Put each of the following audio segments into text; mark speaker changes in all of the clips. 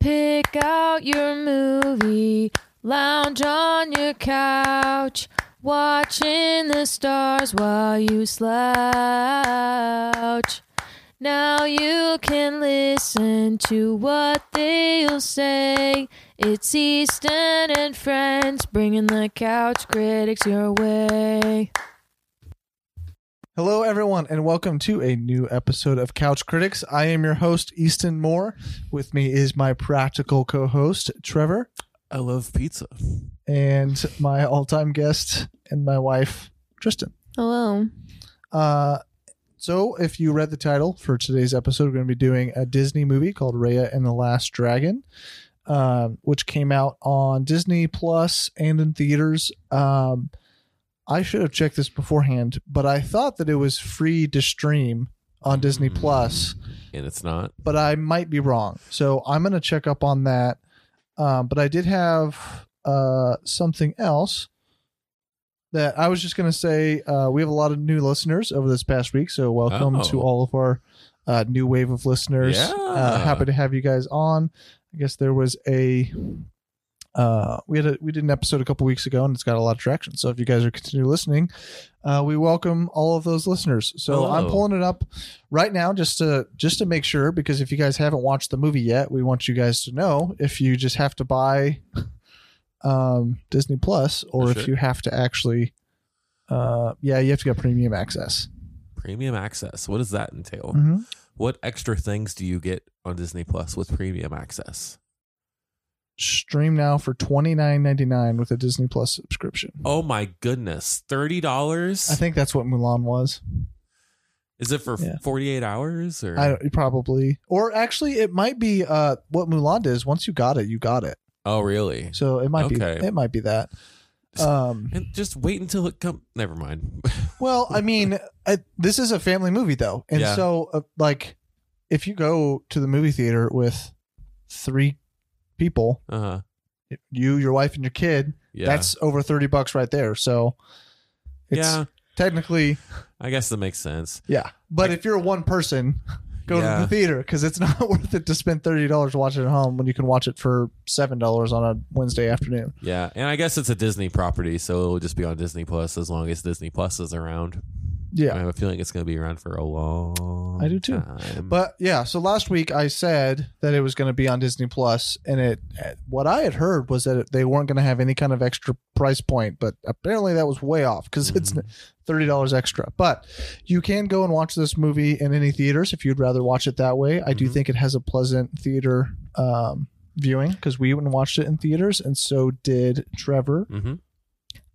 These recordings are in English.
Speaker 1: Pick out your movie, lounge on your couch, watching the stars while you slouch. Now you can listen to what they'll say. It's Easton and Friends bringing the couch critics your way.
Speaker 2: Hello, everyone, and welcome to a new episode of Couch Critics. I am your host, Easton Moore. With me is my practical co host, Trevor,
Speaker 3: I love pizza.
Speaker 2: and my all time guest and my wife, Tristan.
Speaker 1: Hello.
Speaker 2: Uh, so, if you read the title for today's episode, we're going to be doing a Disney movie called Raya and the Last Dragon, um, which came out on Disney Plus and in theaters. Um, I should have checked this beforehand, but I thought that it was free to stream on Disney
Speaker 3: Mm.
Speaker 2: Plus,
Speaker 3: And it's not.
Speaker 2: but I might be wrong. So, I'm going to check up on that. Um, but I did have uh, something else that I was just going to say. Uh, we have a lot of new listeners over this past week, so welcome
Speaker 3: Oh.
Speaker 2: to all of our uh, new wave of listeners.
Speaker 3: Yeah.
Speaker 2: Uh, happy to have you guys on. I guess there was a uh, we had a, we did an episode a couple weeks ago, and it's got a lot of traction. So if you guys are continue listening, uh, we welcome all of those listeners. So I'm
Speaker 3: Hello.
Speaker 2: pulling it up right now just to just to make sure because if you guys haven't watched the movie yet, we want you guys to know if you just have to buy um, Disney Plus or if
Speaker 3: Sure.
Speaker 2: you have to actually uh, yeah, you have to get premium access.
Speaker 3: Premium access. What does that entail?
Speaker 2: Mhm.
Speaker 3: What extra things do you get on Disney Plus with premium access?
Speaker 2: Stream now for twenty nine ninety nine with a Disney Plus subscription.
Speaker 3: Oh my goodness. Thirty
Speaker 2: I
Speaker 3: dollars?
Speaker 2: think that's what Mulan was.
Speaker 3: Is it for
Speaker 2: Yeah.
Speaker 3: forty eight hours or
Speaker 2: I don't, probably, or actually, it might be uh, what Mulan is. Once you got it, you got it.
Speaker 3: Oh really?
Speaker 2: So it might be
Speaker 3: Okay.
Speaker 2: it might be that. Um,
Speaker 3: And just wait until it comes never mind.
Speaker 2: well, I mean, I, this is a family movie though, and
Speaker 3: Yeah.
Speaker 2: so uh, like, if you go to the movie theater with three people,
Speaker 3: uh-huh.
Speaker 2: you, your wife, and your kid,
Speaker 3: Yeah.
Speaker 2: that's over thirty bucks right there. So it's
Speaker 3: yeah.
Speaker 2: technically
Speaker 3: I guess that makes sense.
Speaker 2: yeah, but if you're one person. Go
Speaker 3: Yeah.
Speaker 2: to the theater because it's not worth it to spend thirty dollars watching it at home when you can watch it for seven dollars on a Wednesday afternoon.
Speaker 3: Yeah. And I guess it's a Disney property, so it'll just be on Disney Plus as long as Disney Plus is around. I
Speaker 2: Yeah.
Speaker 3: have a feeling it's gonna be around for a long
Speaker 2: I do too.
Speaker 3: time.
Speaker 2: But yeah, so last week I said that it was going to be on Disney Plus, and it what I had heard was that they weren't going to have any kind of extra price point, but apparently that was way off because it's
Speaker 3: Mhm.
Speaker 2: thirty dollars extra. But you can go and watch this movie in any theaters if you'd rather watch it that way. I do
Speaker 3: Mhm.
Speaker 2: think it has a pleasant theater um, viewing because we even watched it in theaters, and so did Trevor.
Speaker 3: mm-hmm.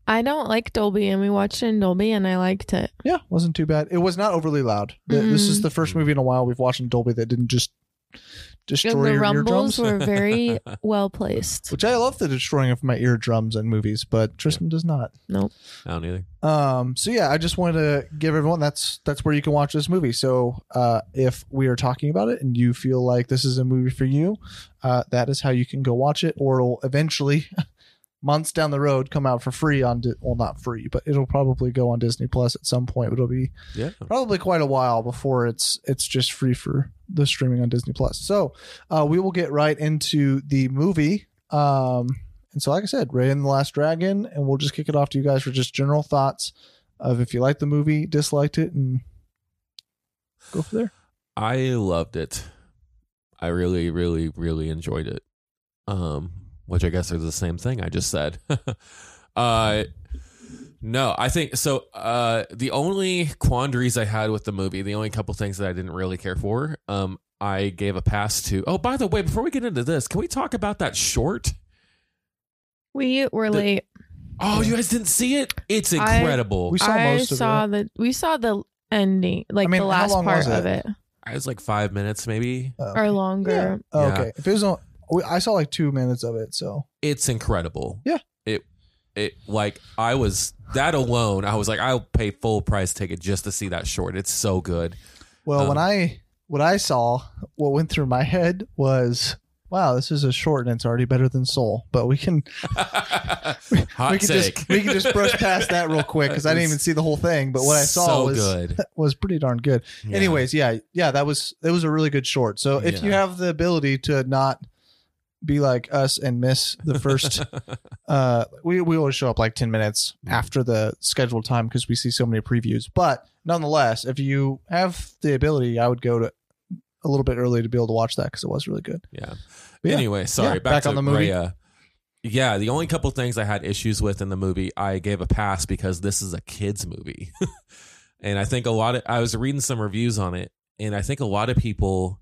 Speaker 1: I don't like Dolby, and we watched it in Dolby, and I liked it.
Speaker 2: Yeah, wasn't too bad. It was not overly loud. Th- This is the first movie in a while we've watched in Dolby that didn't just
Speaker 1: And
Speaker 2: destroy
Speaker 1: Mm. the
Speaker 2: your eardrums.
Speaker 1: rumbles were very well placed.
Speaker 2: which I love the destroying of my eardrums in movies, but Tristan does not.
Speaker 3: I don't either.
Speaker 2: Um, so yeah, I just wanted to give everyone that's that's where you can watch this movie. So uh, if we are talking about it and you feel like this is a movie for you, uh, that is how you can go watch it, or it'll eventually. Months down the road, come out for free on Di- well, not free, but it'll probably go on Disney Plus at some point. It'll be
Speaker 3: Yeah.
Speaker 2: probably quite a while before it's it's just free for the streaming on Disney Plus. So uh, we will get right into the movie. Um, and so, like I said, Ray and the Last Dragon, and we'll just kick it off to you guys for just general thoughts of if you liked the movie, disliked it, and go from there.
Speaker 3: I loved it. I really, really, really enjoyed it. Um, which I guess is the same thing I just said. uh no, I think so. Uh, the only quandaries I had with the movie, the only couple things that I didn't really care for, um, I gave a pass to. Oh, by the way, before we get into this, can we talk about that short?
Speaker 1: We were
Speaker 3: The-
Speaker 1: late.
Speaker 3: Oh, you guys didn't see it? It's
Speaker 1: I-
Speaker 3: incredible.
Speaker 2: We saw
Speaker 1: I
Speaker 2: most of
Speaker 1: saw
Speaker 2: it.
Speaker 1: the we saw the ending, like
Speaker 2: I mean,
Speaker 1: the
Speaker 2: how
Speaker 1: last
Speaker 2: long
Speaker 1: part
Speaker 2: was
Speaker 1: of it,
Speaker 3: it was like five minutes, maybe.
Speaker 1: or
Speaker 2: Okay.
Speaker 1: longer.
Speaker 2: Oh,
Speaker 3: Yeah.
Speaker 2: okay. If it was on, we- I saw like two minutes of it. So
Speaker 3: it's incredible.
Speaker 2: Yeah.
Speaker 3: It it like I was that alone, I was like, I'll pay full price ticket just to see that short. It's so good.
Speaker 2: well, when
Speaker 3: Um,
Speaker 2: I what I saw, what went through my head was, wow, this is a short and it's already better than Soul, but we can
Speaker 3: Hot
Speaker 2: we can
Speaker 3: take.
Speaker 2: just we can just brush past that real quick because I didn't even see the whole thing. But what I saw
Speaker 3: so
Speaker 2: was
Speaker 3: good.
Speaker 2: was pretty darn good.
Speaker 3: Yeah.
Speaker 2: Anyways, yeah, yeah, that was it was a really good short. So if you
Speaker 3: Yeah.
Speaker 2: have the ability to not be like us and miss the first uh we, we always show up like 10 minutes
Speaker 3: Mm.
Speaker 2: after the scheduled time because we see so many previews but nonetheless if you have the ability i would go to a little bit early to be able to watch that because it was really good
Speaker 3: yeah.
Speaker 2: Yeah.
Speaker 3: Anyway,
Speaker 2: Yeah,
Speaker 3: sorry. back,
Speaker 2: back
Speaker 3: to
Speaker 2: on the
Speaker 3: the
Speaker 2: movie.
Speaker 3: Yeah, the only couple things I had issues with in the movie, I gave a pass because this is a kids movie, and I think a lot of I was reading some reviews on it, and I think a lot of people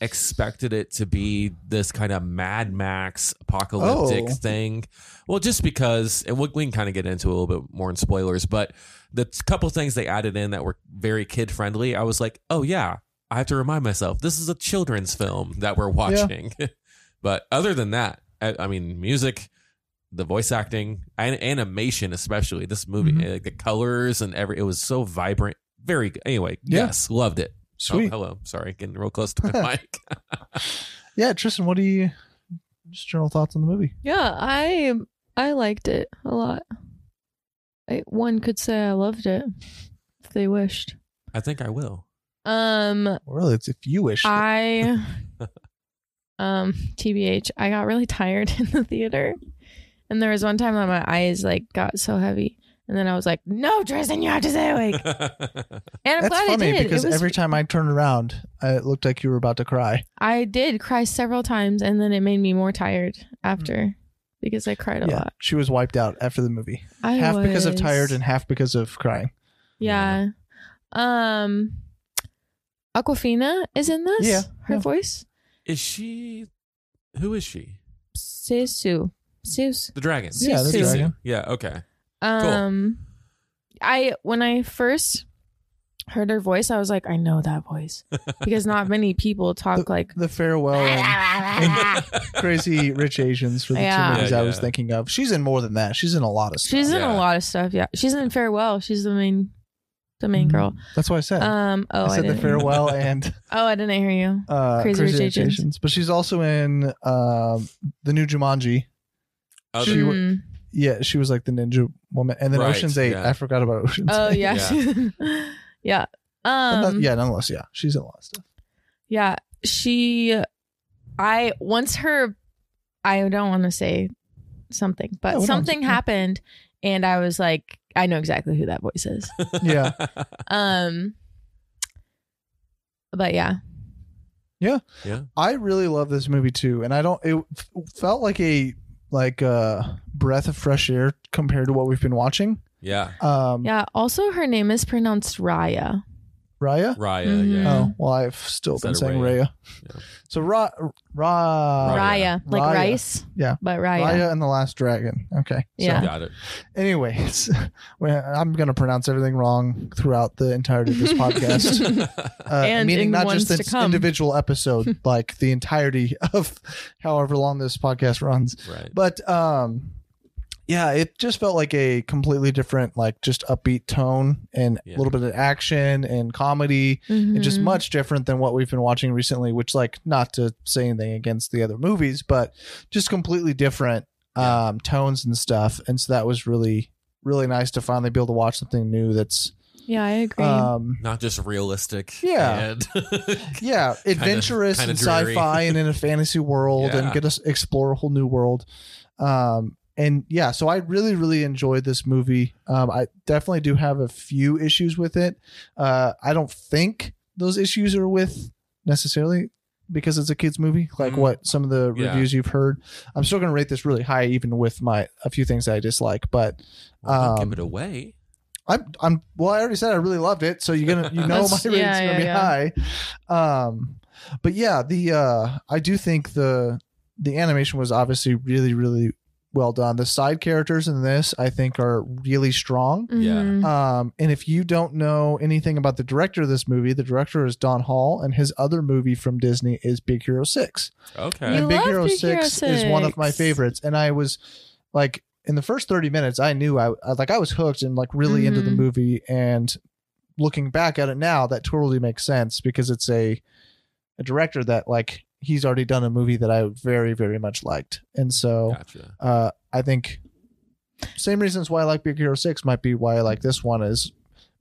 Speaker 3: expected it to be this kind of Mad Max apocalyptic
Speaker 2: Oh.
Speaker 3: thing. Well, just because, and we, we can kind of get into it a little bit more in spoilers, but the t- couple things they added in that were very kid friendly, I was like, oh yeah, I have to remind myself this is a children's film that we're watching. but other than that, I, I mean, music, the voice acting, and animation, especially this movie,
Speaker 2: Mhm.
Speaker 3: like the colors and every, it was so vibrant. Very good. Anyway,
Speaker 2: Yeah.
Speaker 3: yes, loved it. Oh,
Speaker 2: sweet
Speaker 3: hello. Sorry, getting real close to my mic.
Speaker 2: yeah tristan what do you just general thoughts on the movie
Speaker 1: Yeah, I I liked it a lot. I, one could say I loved it if they wished.
Speaker 3: I think I will.
Speaker 1: Um,
Speaker 2: well it's if you wish
Speaker 1: I um TBH, I got really tired in the theater. And there was one time that my eyes like got so heavy. And then I was like, "No, Tristan, you have to stay awake." And I'm
Speaker 2: that's
Speaker 1: glad I
Speaker 2: funny
Speaker 1: did.
Speaker 2: because
Speaker 1: it was,
Speaker 2: every time i turned around I- it looked like you were about to cry
Speaker 1: I did cry several times, and then it made me more tired after because I cried a
Speaker 2: Hmm. yeah
Speaker 1: lot.
Speaker 2: she was wiped out after the movie
Speaker 1: I
Speaker 2: half because of
Speaker 1: was-
Speaker 2: tired and half because of crying
Speaker 1: Yeah. Um Aquafina is in this.
Speaker 2: Yeah,
Speaker 1: Her
Speaker 2: yeah.
Speaker 1: voice?
Speaker 3: is she? Who is she?
Speaker 1: Sesu. Sesu.
Speaker 3: The dragon.
Speaker 1: Yeah, the
Speaker 3: Sisu.
Speaker 2: dragon.
Speaker 3: Yeah. Okay.
Speaker 1: Um I when I first heard her voice, I was like, I know that voice. Because not many people talk like
Speaker 2: the farewell and crazy rich Asians for the
Speaker 1: Yeah.
Speaker 2: two movies
Speaker 3: Yeah,
Speaker 2: I was
Speaker 3: yeah.
Speaker 2: thinking of. She's in more than that. She's in a lot of stuff.
Speaker 1: She's in
Speaker 3: Yeah.
Speaker 1: a lot of stuff, yeah. She's in Farewell. She's the main the main girl.
Speaker 2: That's what I said.
Speaker 1: Um oh I,
Speaker 2: Mm-hmm. I said the
Speaker 1: didn't
Speaker 2: farewell and
Speaker 1: Oh, I didn't hear you.
Speaker 2: uh,
Speaker 1: Crazy
Speaker 2: Crazy,
Speaker 1: Rich
Speaker 2: Rich
Speaker 1: Asians.
Speaker 2: Asians. But she's also in um the new Jumanji.
Speaker 3: Other-
Speaker 2: Oh, She was-
Speaker 1: Mm.
Speaker 2: Yeah, she was like the ninja woman, and then
Speaker 3: Right,
Speaker 2: Ocean's Eight.
Speaker 3: yeah.
Speaker 2: I forgot about Ocean's
Speaker 1: Oh
Speaker 2: Eight.
Speaker 1: yeah. yeah.
Speaker 2: But
Speaker 1: Um
Speaker 2: not- yeah, nonetheless, yeah, she's in a lot of stuff.
Speaker 1: Yeah, she I once her I don't want to say something,
Speaker 2: No,
Speaker 1: but
Speaker 2: we don't.
Speaker 1: something
Speaker 2: Yeah.
Speaker 1: happened and I was like I know exactly who that voice is.
Speaker 2: Yeah.
Speaker 1: um but yeah.
Speaker 2: I really love this movie too, and I don't. It f- felt like a like a breath of fresh air compared to what we've been watching.
Speaker 3: yeah.
Speaker 2: Um,
Speaker 1: Yeah, also her name is pronounced Raya.
Speaker 2: Raya.
Speaker 3: Raya.
Speaker 1: Mhm.
Speaker 3: Yeah.
Speaker 2: Oh, well, I've still
Speaker 3: Instead
Speaker 2: been
Speaker 3: of
Speaker 2: saying
Speaker 3: Raya.
Speaker 2: Raya.
Speaker 3: Yeah.
Speaker 2: So Ra, Ra, Raya.
Speaker 1: Raya, like
Speaker 2: Oh, Raya.
Speaker 1: rice.
Speaker 2: Yeah.
Speaker 1: But Raya.
Speaker 2: and the Last Dragon. Okay.
Speaker 1: Mm-hmm. Yeah.
Speaker 3: Got it.
Speaker 2: So, anyways, well, I'm going to pronounce everything wrong throughout the entirety of this podcast. Uh,
Speaker 1: And
Speaker 2: meaning
Speaker 1: in
Speaker 2: not
Speaker 1: ones
Speaker 2: just
Speaker 1: to
Speaker 2: this
Speaker 1: come.
Speaker 2: individual episode, like the entirety of however long this podcast runs.
Speaker 3: Right.
Speaker 2: But um, yeah, it just felt like a completely different, like just upbeat tone and a
Speaker 3: Yeah.
Speaker 2: little bit of action and comedy and just
Speaker 1: Mhm.
Speaker 2: much different than what we've been watching recently which like not to say anything against the other movies but just completely different
Speaker 3: Yeah.
Speaker 2: um tones and stuff and so that was really really nice to finally be able to watch something new that's
Speaker 1: Yeah, I agree.
Speaker 2: um
Speaker 3: Not just realistic.
Speaker 2: Yeah.
Speaker 3: and-
Speaker 2: yeah adventurous
Speaker 3: kinda
Speaker 2: and
Speaker 3: dreary.
Speaker 2: sci-fi and in a fantasy world and
Speaker 3: Yeah.
Speaker 2: get us explore a whole new world um and yeah so i really really enjoyed this movie um i definitely do have a few issues with it uh i don't think those issues are with necessarily because it's a kids movie like
Speaker 3: Mhm.
Speaker 2: what some of the
Speaker 3: Yeah.
Speaker 2: reviews you've heard i'm still going to rate this really high even with my a few things that i dislike but
Speaker 3: Well, don't
Speaker 2: Um,
Speaker 3: give it away.
Speaker 2: I'm I'm well, I already said I really loved it, so you're gonna you know my
Speaker 1: That's-
Speaker 2: rating's
Speaker 1: yeah,
Speaker 2: gonna
Speaker 1: yeah,
Speaker 2: be high. Um but yeah, the uh I do think the the animation was obviously really, really well done. The side characters in this I think are really strong.
Speaker 3: yeah.
Speaker 1: Mhm.
Speaker 2: Um, and if you don't know anything about the director of this movie, the director is Don Hall, and his other movie from Disney is Big Hero Six
Speaker 3: Okay.
Speaker 1: You
Speaker 2: and Big
Speaker 1: love
Speaker 2: Hero
Speaker 1: Big
Speaker 2: 6,
Speaker 1: Hero
Speaker 2: is one of my
Speaker 1: 6.
Speaker 2: favorites. And I was like, in the first 30 minutes, I knew I I- like I was hooked and like really into the
Speaker 1: Mhm.
Speaker 2: movie. And looking back at it now, that totally makes sense because it's a a director that like he's already done a movie that I very very much liked. And so
Speaker 3: Gotcha.
Speaker 2: uh, I think same reasons why I like Big Hero Six might be why I like this one is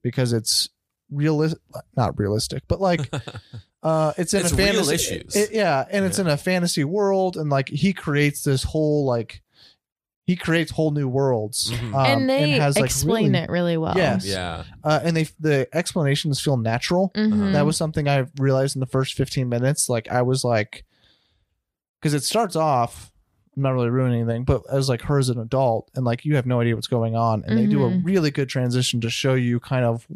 Speaker 2: because it's realistic, not realistic, but like Uh, it's in
Speaker 3: It's
Speaker 2: a
Speaker 3: real
Speaker 2: fantasy,
Speaker 3: issues.
Speaker 2: it- yeah, and it's
Speaker 3: Yeah.
Speaker 2: in a fantasy world, and like he creates this whole like he creates whole new worlds,
Speaker 3: Mhm.
Speaker 2: um,
Speaker 1: and they
Speaker 2: like,
Speaker 1: explain
Speaker 2: really-
Speaker 1: it really well.
Speaker 2: Yes.
Speaker 3: Yeah.
Speaker 2: uh, and they the explanations feel natural.
Speaker 1: Mhm.
Speaker 2: That was something I realized in the first fifteen minutes. Like I was like, because it starts off. I'm not really ruining anything, but as like her as an adult, and like you have no idea what's going on, and they do a
Speaker 1: Mhm.
Speaker 2: really good transition to show you kind of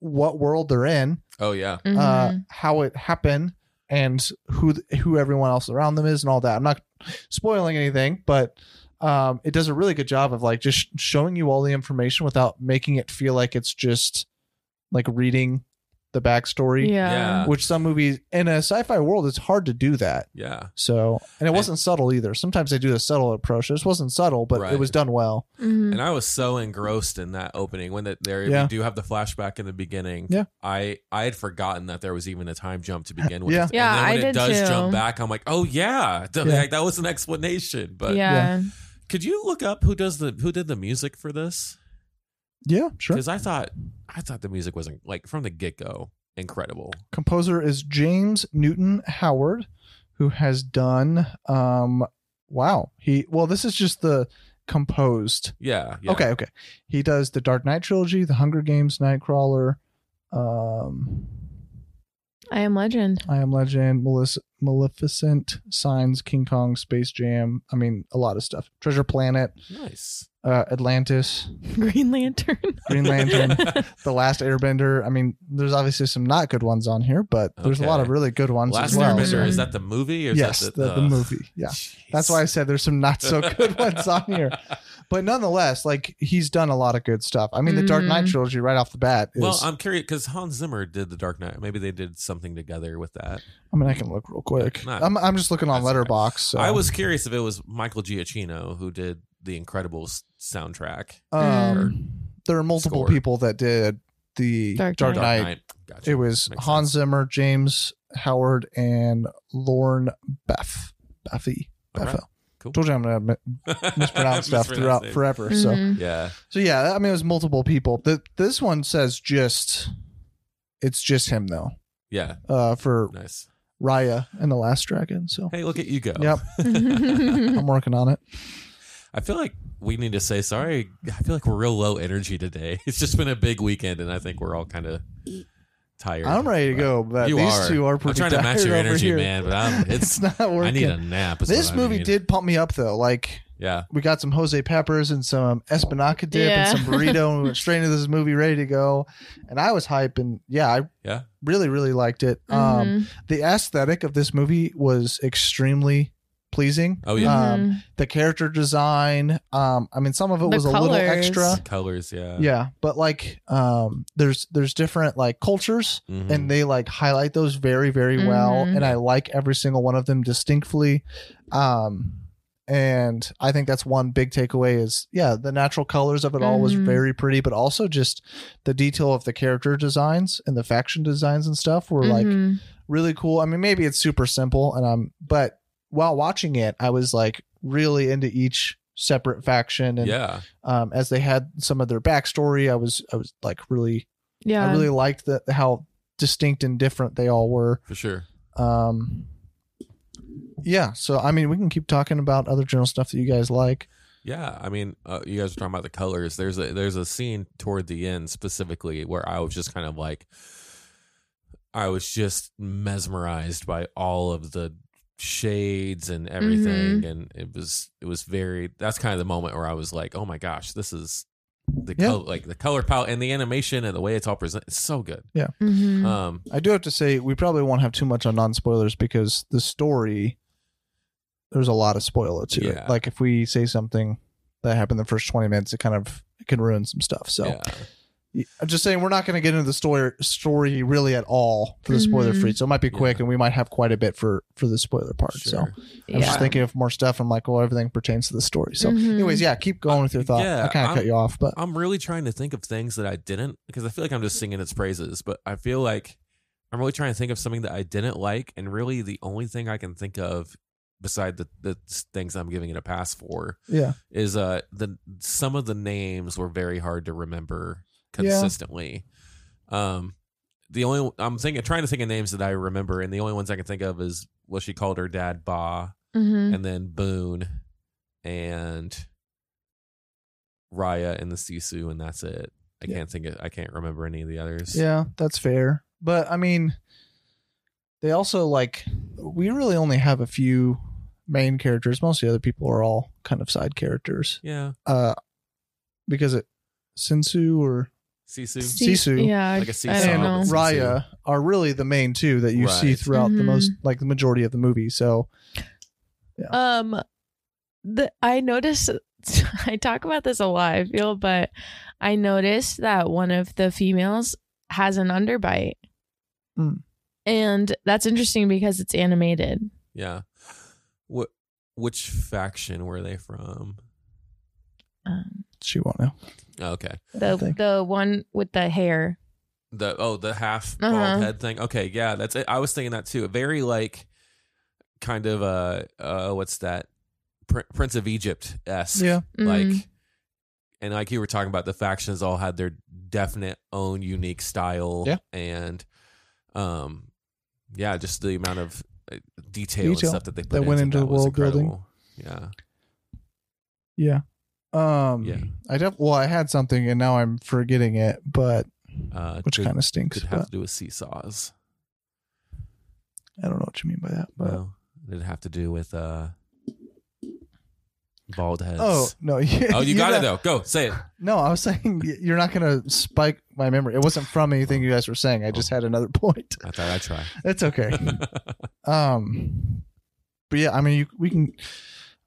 Speaker 2: what world they're in,
Speaker 3: Oh yeah.
Speaker 1: Mhm.
Speaker 2: uh, how it happened and who th- who everyone else around them is and all that. I'm not spoiling anything, but um, it does a really good job of like just showing you all the information without making it feel like it's just like reading the backstory.
Speaker 1: yeah.
Speaker 3: Yeah.
Speaker 2: Which some movies in a sci-fi world, it's hard to do that.
Speaker 3: Yeah.
Speaker 2: So, and it
Speaker 3: And-
Speaker 2: wasn't subtle either. Sometimes they do a subtle approach. This wasn't subtle, but
Speaker 3: Right.
Speaker 2: it was done well.
Speaker 1: Mhm.
Speaker 3: And I was so engrossed in that opening when that there
Speaker 2: Yeah.
Speaker 3: we do have the flashback in the beginning.
Speaker 2: Yeah.
Speaker 3: I I had forgotten that there was even a time jump to begin with.
Speaker 2: Yeah.
Speaker 1: Yeah,
Speaker 3: and then when
Speaker 1: I
Speaker 3: it
Speaker 1: did
Speaker 3: does
Speaker 1: too.
Speaker 3: jump back, I'm like, oh yeah, Th-
Speaker 2: Yeah.
Speaker 3: like, that was an explanation. But
Speaker 1: yeah.
Speaker 3: could you look up who does the who did the music for this?
Speaker 2: Yeah, sure.
Speaker 3: Because I thought I thought the music wasn't like from the get go incredible.
Speaker 2: composer is James Newton Howard, who has done um wow. He well, this is just the composed.
Speaker 3: Yeah. yeah.
Speaker 2: Okay, okay. He does the Dark Knight trilogy, the Hunger Games, Nightcrawler, um
Speaker 1: I am legend.
Speaker 2: I Am Legend, Malefic- Maleficent, Signs, King Kong, Space Jam. I mean, a lot of stuff. Treasure Planet,
Speaker 3: Nice.
Speaker 2: uh, Atlantis,
Speaker 1: Green Lantern.
Speaker 2: Green Lantern, The Last Airbender. I mean, there's obviously some not good ones on here, but there's a lot
Speaker 3: Okay.
Speaker 2: of really good ones
Speaker 3: Last
Speaker 2: as well.
Speaker 3: Airbender
Speaker 2: so-
Speaker 3: is that the movie? Or is
Speaker 2: yes,
Speaker 3: that
Speaker 2: the, the
Speaker 3: uh,
Speaker 2: movie. Yeah. That's
Speaker 3: jeez.
Speaker 2: why I said there's some not so good ones on here. But nonetheless, like he's done a lot of good stuff. I mean, the Dark Knight
Speaker 1: Mhm.
Speaker 2: trilogy right off the bat is.
Speaker 3: Well, I'm curious because Hans Zimmer did the Dark Knight. Maybe they did something together with that.
Speaker 2: I mean, I can look real quick.
Speaker 3: Not-
Speaker 2: I'm, I'm just looking on
Speaker 3: that's okay.
Speaker 2: Letterbox. So,
Speaker 3: I was curious if it was Michael Giacchino who did the Incredibles soundtrack.
Speaker 2: Um, there are multiple
Speaker 3: Score.
Speaker 2: people that did the Dark,
Speaker 1: Dark
Speaker 3: Dark
Speaker 1: Knight.
Speaker 2: Knight.
Speaker 3: Knight. Gotcha.
Speaker 2: It was
Speaker 3: Makes
Speaker 2: Hans
Speaker 3: sense.
Speaker 2: Zimmer, James Howard, and Lauren Beff. Beffy.
Speaker 3: All right.
Speaker 2: Beffel.
Speaker 3: Cool.
Speaker 2: Told you I'm going to mispronounce stuff throughout
Speaker 3: Mispronounced it.
Speaker 2: forever. So.
Speaker 1: Mhm.
Speaker 3: Yeah.
Speaker 2: So yeah, I mean it was multiple people. Th this one says just it's just him though.
Speaker 3: Yeah.
Speaker 2: Uh for
Speaker 3: Nice.
Speaker 2: Raya and the Last Dragon. So
Speaker 3: Hey, look at you go.
Speaker 2: Yep.
Speaker 1: Mm-hmm.
Speaker 2: I'm working on it.
Speaker 3: I feel like we need to say sorry. I feel like we're real low energy today. It's just been a big weekend, and I think we're all kind of tired.
Speaker 2: I'm ready to go, but
Speaker 3: You
Speaker 2: these
Speaker 3: are.
Speaker 2: two are
Speaker 3: I'm
Speaker 2: pretty
Speaker 3: trying to match
Speaker 2: tired
Speaker 3: your
Speaker 2: over
Speaker 3: energy,
Speaker 2: here.
Speaker 3: man. But I'm, it's.
Speaker 2: not working.
Speaker 3: I need a nap. is
Speaker 2: this
Speaker 3: what I
Speaker 2: movie
Speaker 3: need.
Speaker 2: did pump me up though. Like
Speaker 3: Yeah.
Speaker 2: we got some Jose Peppers and some Espinaca dip
Speaker 1: Yeah.
Speaker 2: and some burrito, and we went straight into this movie ready to go. And I was hype, and yeah, I
Speaker 3: Yeah.
Speaker 2: really really liked it. Um,
Speaker 1: Mhm.
Speaker 2: the aesthetic of this movie was extremely pleasing.
Speaker 3: Oh yeah.
Speaker 2: um, the character design um i mean some of it
Speaker 1: The
Speaker 2: was a little
Speaker 1: colors.
Speaker 2: extra
Speaker 3: Colors. Yeah.
Speaker 2: yeah but like um there's there's different like cultures
Speaker 3: Mhm.
Speaker 2: and they like highlight those very very well
Speaker 1: Mhm.
Speaker 2: and i like every single one of them distinctly um and i think that's one big takeaway is yeah the natural colors of it all was
Speaker 1: Mhm.
Speaker 2: very pretty but also just the detail of the character designs and the faction designs and stuff were like
Speaker 1: Mhm.
Speaker 2: really cool. I mean, maybe it's super simple, and I'm but while watching it, I was like really into each separate faction, and
Speaker 3: yeah.
Speaker 2: um, as they had some of their backstory, I was I was like really
Speaker 1: yeah.
Speaker 2: I really liked the how distinct and different they all were.
Speaker 3: For sure.
Speaker 2: Um, yeah, so I mean, we can keep talking about other general stuff that you guys like.
Speaker 3: Yeah, I mean, uh, you guys were talking about the colors. There's a there's a scene toward the end specifically where I was just kind of like, I was just mesmerized by all of the shades and everything, and it was it was very. That's kind of the moment where I was like, oh my gosh, this is the
Speaker 2: Yeah.
Speaker 3: color, like the color palette and the animation and the way it's all presented. It's so good.
Speaker 1: Mhm.
Speaker 3: Um,
Speaker 2: I do have to say, we probably won't have too much on non spoilers because the story, there's a lot of spoiler to
Speaker 3: Yeah.
Speaker 2: it. Like if we say something that happened in the first 20 minutes, it kind of it can ruin some stuff. So
Speaker 3: yeah.
Speaker 2: I'm just saying, we're not going to get into the story story really at all for the spoiler free. So it might be quick
Speaker 3: Yeah.
Speaker 2: and we might have quite a bit for, for the spoiler part. So
Speaker 3: Sure.
Speaker 2: I was just thinking of more stuff. I'm like, well, everything pertains to the story. So,
Speaker 1: Mhm.
Speaker 2: anyways, yeah, keep going with your thought.
Speaker 3: yeah,
Speaker 2: I kind of
Speaker 3: I'm-
Speaker 2: cut you off, but
Speaker 3: I'm really trying to think of things that I didn't because I feel like I'm just singing its praises, but I feel like I'm really trying to think of something that I didn't like, and really the only thing I can think of beside the, the s- things I'm giving it a pass for
Speaker 2: yeah,
Speaker 3: is uh the some of the names were very hard to remember
Speaker 2: Yeah.
Speaker 3: consistently. Um the only I'm thinking trying to think of names that I remember, and the only ones I can think of is what she called her dad Ba,
Speaker 1: Mm-hmm.
Speaker 3: and then Boone, and Raya and the Sisu, and that's it. I
Speaker 2: Yeah.
Speaker 3: can't think of I can't remember any of the others.
Speaker 2: Yeah, that's fair. But I mean, they also like we really only have a few main characters. Most of the other people are all kind of side characters.
Speaker 3: Yeah.
Speaker 2: Uh, because it Sensu or
Speaker 3: Sisu.
Speaker 2: Sisu.
Speaker 1: Yeah.
Speaker 3: Like a seesaw.
Speaker 1: I don't know.
Speaker 2: and
Speaker 3: Sensu.
Speaker 2: Raya are really the main two that you see
Speaker 3: Right.
Speaker 2: throughout the
Speaker 1: Mhm.
Speaker 2: most like the majority of the movie. So
Speaker 1: Um, the I noticed I talk about this a lot. I feel, but I noticed that one of the females has an underbite,
Speaker 2: Hmm.
Speaker 1: and that's interesting because it's animated.
Speaker 3: Yeah. What which faction were they from? Oh,
Speaker 1: Um,
Speaker 2: she won't know.
Speaker 3: Okay.
Speaker 1: the
Speaker 2: Okay.
Speaker 1: the one with the hair.
Speaker 3: The oh the half bald
Speaker 1: Uh-huh.
Speaker 3: head thing. Okay, yeah, that's it. I was thinking that too. Very like kind of uh uh what's that Pr- Prince of Egypt esque.
Speaker 2: Yeah.
Speaker 3: Like
Speaker 1: Mhm.
Speaker 3: and like you were talking about, the factions all had their definite own unique style.
Speaker 2: Yeah.
Speaker 3: And um yeah, just the amount of uh, detail, and
Speaker 2: Detail
Speaker 3: stuff that they put
Speaker 2: that went into
Speaker 3: that
Speaker 2: the
Speaker 3: was
Speaker 2: world building.
Speaker 3: incredible.
Speaker 2: Yeah.
Speaker 3: Yeah.
Speaker 2: Um
Speaker 3: Yeah.
Speaker 2: I def- well I had something and now I'm forgetting it, but
Speaker 3: Uh
Speaker 2: which
Speaker 3: did-
Speaker 2: kind of
Speaker 3: could
Speaker 2: stinks.
Speaker 3: have
Speaker 2: But
Speaker 3: to do with seesaws.
Speaker 2: I don't know what you mean by that. But
Speaker 3: no, it'd have to do with uh, bald heads.
Speaker 2: Oh no!
Speaker 3: Oh, you
Speaker 2: you're
Speaker 3: got
Speaker 2: not-
Speaker 3: it though. Go say it.
Speaker 2: No, I was saying y- you're not going to spike my memory. It wasn't from anything you guys were saying. I just had another point.
Speaker 3: I thought I'd try.
Speaker 2: It's okay. Um, but yeah, I mean, you, we can.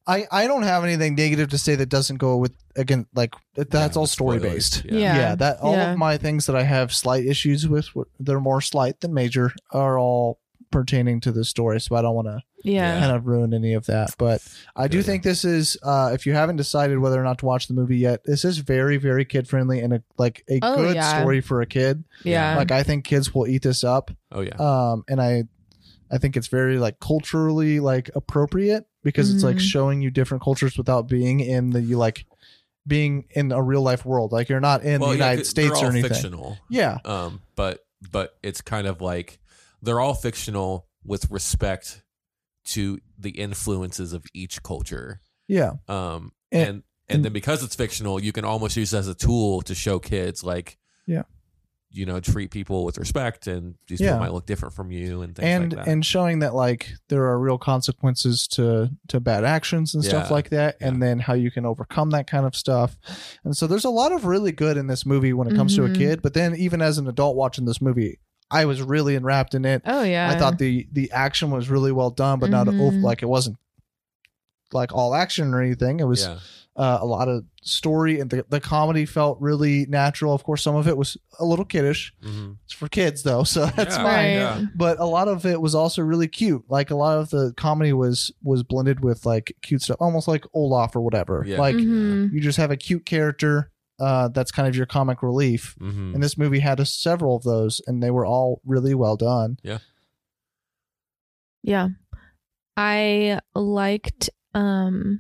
Speaker 2: I I don't have anything negative to say that doesn't go with again. Like that- that's
Speaker 3: Yeah,
Speaker 2: all story
Speaker 3: spoilers.
Speaker 2: based.
Speaker 3: Yeah.
Speaker 1: Yeah.
Speaker 2: that all
Speaker 1: Yeah.
Speaker 2: of my things that I have slight issues with, wh- they're more slight than major, are all pertaining to the story. So I don't want to
Speaker 1: Yeah.
Speaker 2: kind of ruin any of that. But I do
Speaker 3: Good.
Speaker 2: think this is, uh, if you haven't decided whether or not to watch the movie yet, this is very, very kid friendly and a, like a
Speaker 1: Oh,
Speaker 2: good
Speaker 1: yeah.
Speaker 2: story for a kid.
Speaker 1: Yeah.
Speaker 2: Like I think kids will eat this up,
Speaker 3: Oh yeah.
Speaker 2: um, and I, I think it's very like culturally like appropriate because it's like
Speaker 1: Mhm.
Speaker 2: showing you different cultures without being in the you like being in a real life world. Like you're not in
Speaker 3: Well,
Speaker 2: the
Speaker 3: yeah,
Speaker 2: United
Speaker 3: they're
Speaker 2: States
Speaker 3: all
Speaker 2: or anything.
Speaker 3: Fictional.
Speaker 2: Yeah,
Speaker 3: Um, but but it's kind of like they're all fictional with respect to the influences of each culture.
Speaker 2: yeah,
Speaker 3: Um,
Speaker 2: And-
Speaker 3: and and,
Speaker 2: and-
Speaker 3: then because it's fictional, you can almost use it as a tool to show kids like.
Speaker 2: Yeah.
Speaker 3: You know, treat people with respect, and these
Speaker 2: Yeah.
Speaker 3: people might look different from you, and things
Speaker 2: and
Speaker 3: like that.
Speaker 2: and showing that like there are real consequences to to bad actions and stuff
Speaker 3: Yeah,
Speaker 2: like that and
Speaker 3: yeah.
Speaker 2: then how you can overcome that kind of stuff and so there's a lot of really good in this movie when it comes to a
Speaker 1: Mhm.
Speaker 2: kid but then even as an adult watching this movie i was really enwrapped in it
Speaker 1: oh yeah.
Speaker 2: i thought the the action was really well done but not
Speaker 1: Mhm.
Speaker 2: over, like it wasn't like all action or anything it was
Speaker 3: yeah.
Speaker 2: uh, a lot of story and the, the comedy felt really natural of course some of it was a little kiddish
Speaker 3: hmm
Speaker 2: it's for kids though so that's
Speaker 3: Yeah.
Speaker 2: fine
Speaker 1: right.
Speaker 3: yeah.
Speaker 2: but a lot of it was also really cute. Like a lot of the comedy was was blended with like cute stuff, almost like Olaf or whatever.
Speaker 3: Yeah.
Speaker 2: Like
Speaker 1: Mhm.
Speaker 2: you just have a cute character uh, that's kind of your comic relief.
Speaker 3: hmm
Speaker 2: And this movie had a, several of those, and they were all really well done.
Speaker 1: Yeah. I liked um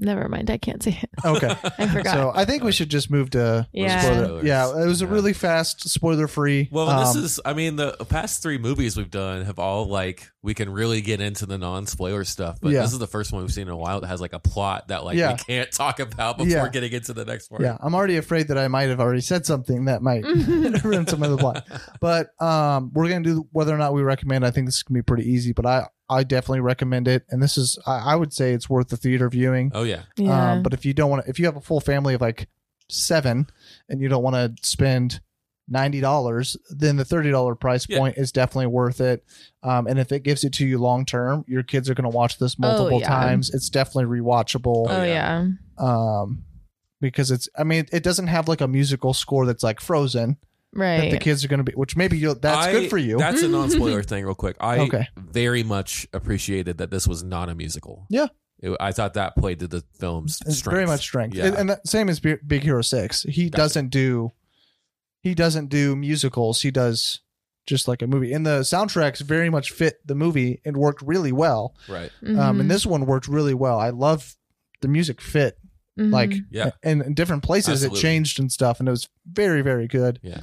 Speaker 1: never mind, I can't say it.
Speaker 2: Okay.
Speaker 1: I forgot.
Speaker 2: So I think we should just move to
Speaker 1: Yeah.
Speaker 2: spoiler. Yeah, it was a
Speaker 3: Yeah.
Speaker 2: really fast, um, spoiler free.
Speaker 3: Well, and this is, I mean, the past three movies we've done have all like, we can really get into the non spoiler stuff, but
Speaker 2: Yeah.
Speaker 3: this is the first one we've seen in a while that has like a plot that like
Speaker 2: Yeah.
Speaker 3: we can't talk about before
Speaker 2: Yeah.
Speaker 3: getting into the next one.
Speaker 2: yeah. I'm already afraid that I might have already said something that might
Speaker 1: Mm.
Speaker 2: ruin some of the plot. but um, we're gonna do whether or not we recommend. I think this can be pretty easy, but I I definitely recommend it. And this is I, I would say it's worth the theater viewing.
Speaker 3: Oh, yeah.
Speaker 1: yeah.
Speaker 2: Um, but if you don't want to, if you have a full family of like seven and you don't want to spend ninety dollars, then the thirty dollar price
Speaker 3: Yeah.
Speaker 2: point is definitely worth it. Um, and if it gives it to you long term, your kids are gonna watch this multiple
Speaker 1: Oh, yeah.
Speaker 2: times. It's definitely rewatchable.
Speaker 1: oh yeah.
Speaker 3: yeah.
Speaker 2: Um, because it's I mean it doesn't have like a musical score that's like Frozen that
Speaker 1: Right.
Speaker 2: the kids are going to be, which maybe you that's
Speaker 3: I-
Speaker 2: good for you.
Speaker 3: That's a non spoiler thing, real quick. I
Speaker 2: Okay.
Speaker 3: very much appreciated that this was not a musical.
Speaker 2: Yeah.
Speaker 3: It- I thought that played to the film's
Speaker 2: It's
Speaker 3: strength.
Speaker 2: very much strength.
Speaker 3: Yeah.
Speaker 2: And, and that same as Be- Big Hero 6. He
Speaker 3: Gotcha.
Speaker 2: doesn't do he doesn't do musicals. He does just like a movie. And the soundtracks very much fit the movie and worked really well.
Speaker 3: Right.
Speaker 2: Um,
Speaker 1: Mhm.
Speaker 2: and this one worked really well. I love the music fit
Speaker 1: Mhm.
Speaker 2: like
Speaker 3: Yeah.
Speaker 2: in, in different places
Speaker 3: Absolutely.
Speaker 2: it changed and stuff and it was very very good.
Speaker 3: Yeah.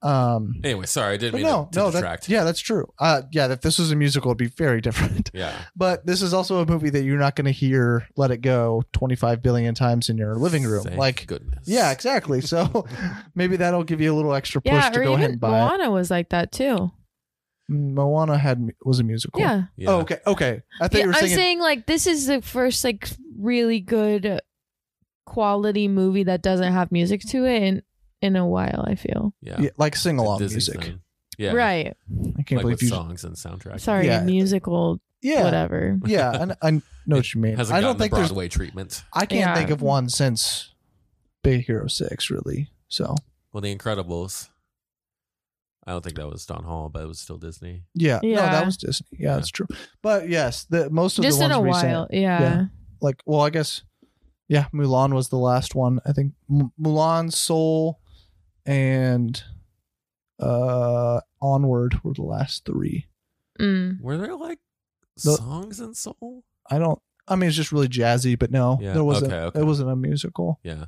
Speaker 2: Um,
Speaker 3: Anyway, sorry, I didn't
Speaker 2: but
Speaker 3: mean
Speaker 2: no,
Speaker 3: to, to
Speaker 2: no,
Speaker 3: detract.
Speaker 2: that, yeah, that's true. Uh, yeah, if this was a musical, it'd be very different.
Speaker 3: yeah.
Speaker 2: But this is also a movie that you're not going to hear "Let It Go" 25 billion times in your living room.
Speaker 3: Thank
Speaker 2: like,
Speaker 3: goodness.
Speaker 2: yeah, exactly. So maybe that'll give you a little extra push
Speaker 1: Yeah,
Speaker 2: to
Speaker 1: or
Speaker 2: go ahead
Speaker 1: even
Speaker 2: and buy it.
Speaker 1: Moana was like that too.
Speaker 2: Moana had was a musical.
Speaker 1: Yeah.
Speaker 3: Yeah.
Speaker 2: Oh, okay. Okay. I thought
Speaker 1: Yeah,
Speaker 2: you were
Speaker 1: I'm
Speaker 2: saying.
Speaker 1: saying like this is the first like really good quality movie that doesn't have music to it in in a while. I feel
Speaker 3: yeah.
Speaker 2: yeah, like sing
Speaker 3: The
Speaker 2: along
Speaker 3: Disney
Speaker 2: music.
Speaker 3: thing. Yeah.
Speaker 1: right.
Speaker 2: I can't
Speaker 3: like
Speaker 2: believe
Speaker 3: with
Speaker 2: you.
Speaker 3: songs and soundtracks.
Speaker 1: Sorry,
Speaker 2: Yeah.
Speaker 1: musical,
Speaker 2: Yeah.
Speaker 1: whatever.
Speaker 2: Yeah. And I know what you mean. I
Speaker 3: Hasn't gotten
Speaker 2: don't
Speaker 3: the
Speaker 2: think there's.
Speaker 3: Broadway treatment.
Speaker 2: I can't
Speaker 1: Yeah.
Speaker 2: think of one since Big Hero Six, really. So
Speaker 3: Well, The Incredibles. I don't think that was Don Hall, but it was still Disney.
Speaker 2: yeah, no,
Speaker 1: Yeah.
Speaker 2: that was Disney. Yeah, that's true. But yes, the most of
Speaker 1: Just
Speaker 2: the
Speaker 1: in
Speaker 2: ones
Speaker 1: a
Speaker 2: recent,
Speaker 1: while. Yeah.
Speaker 2: Yeah. like well, I guess, yeah, Mulan was the last one. I think M- Mulan, Soul, and uh Onward were the last three.
Speaker 1: Mm.
Speaker 3: Were there like
Speaker 2: The-
Speaker 3: songs in Soul?
Speaker 2: I don't. I mean, it's just really jazzy, but no,
Speaker 3: Yeah,
Speaker 2: there wasn't.
Speaker 3: okay, okay.
Speaker 2: It wasn't a musical,
Speaker 3: Yeah.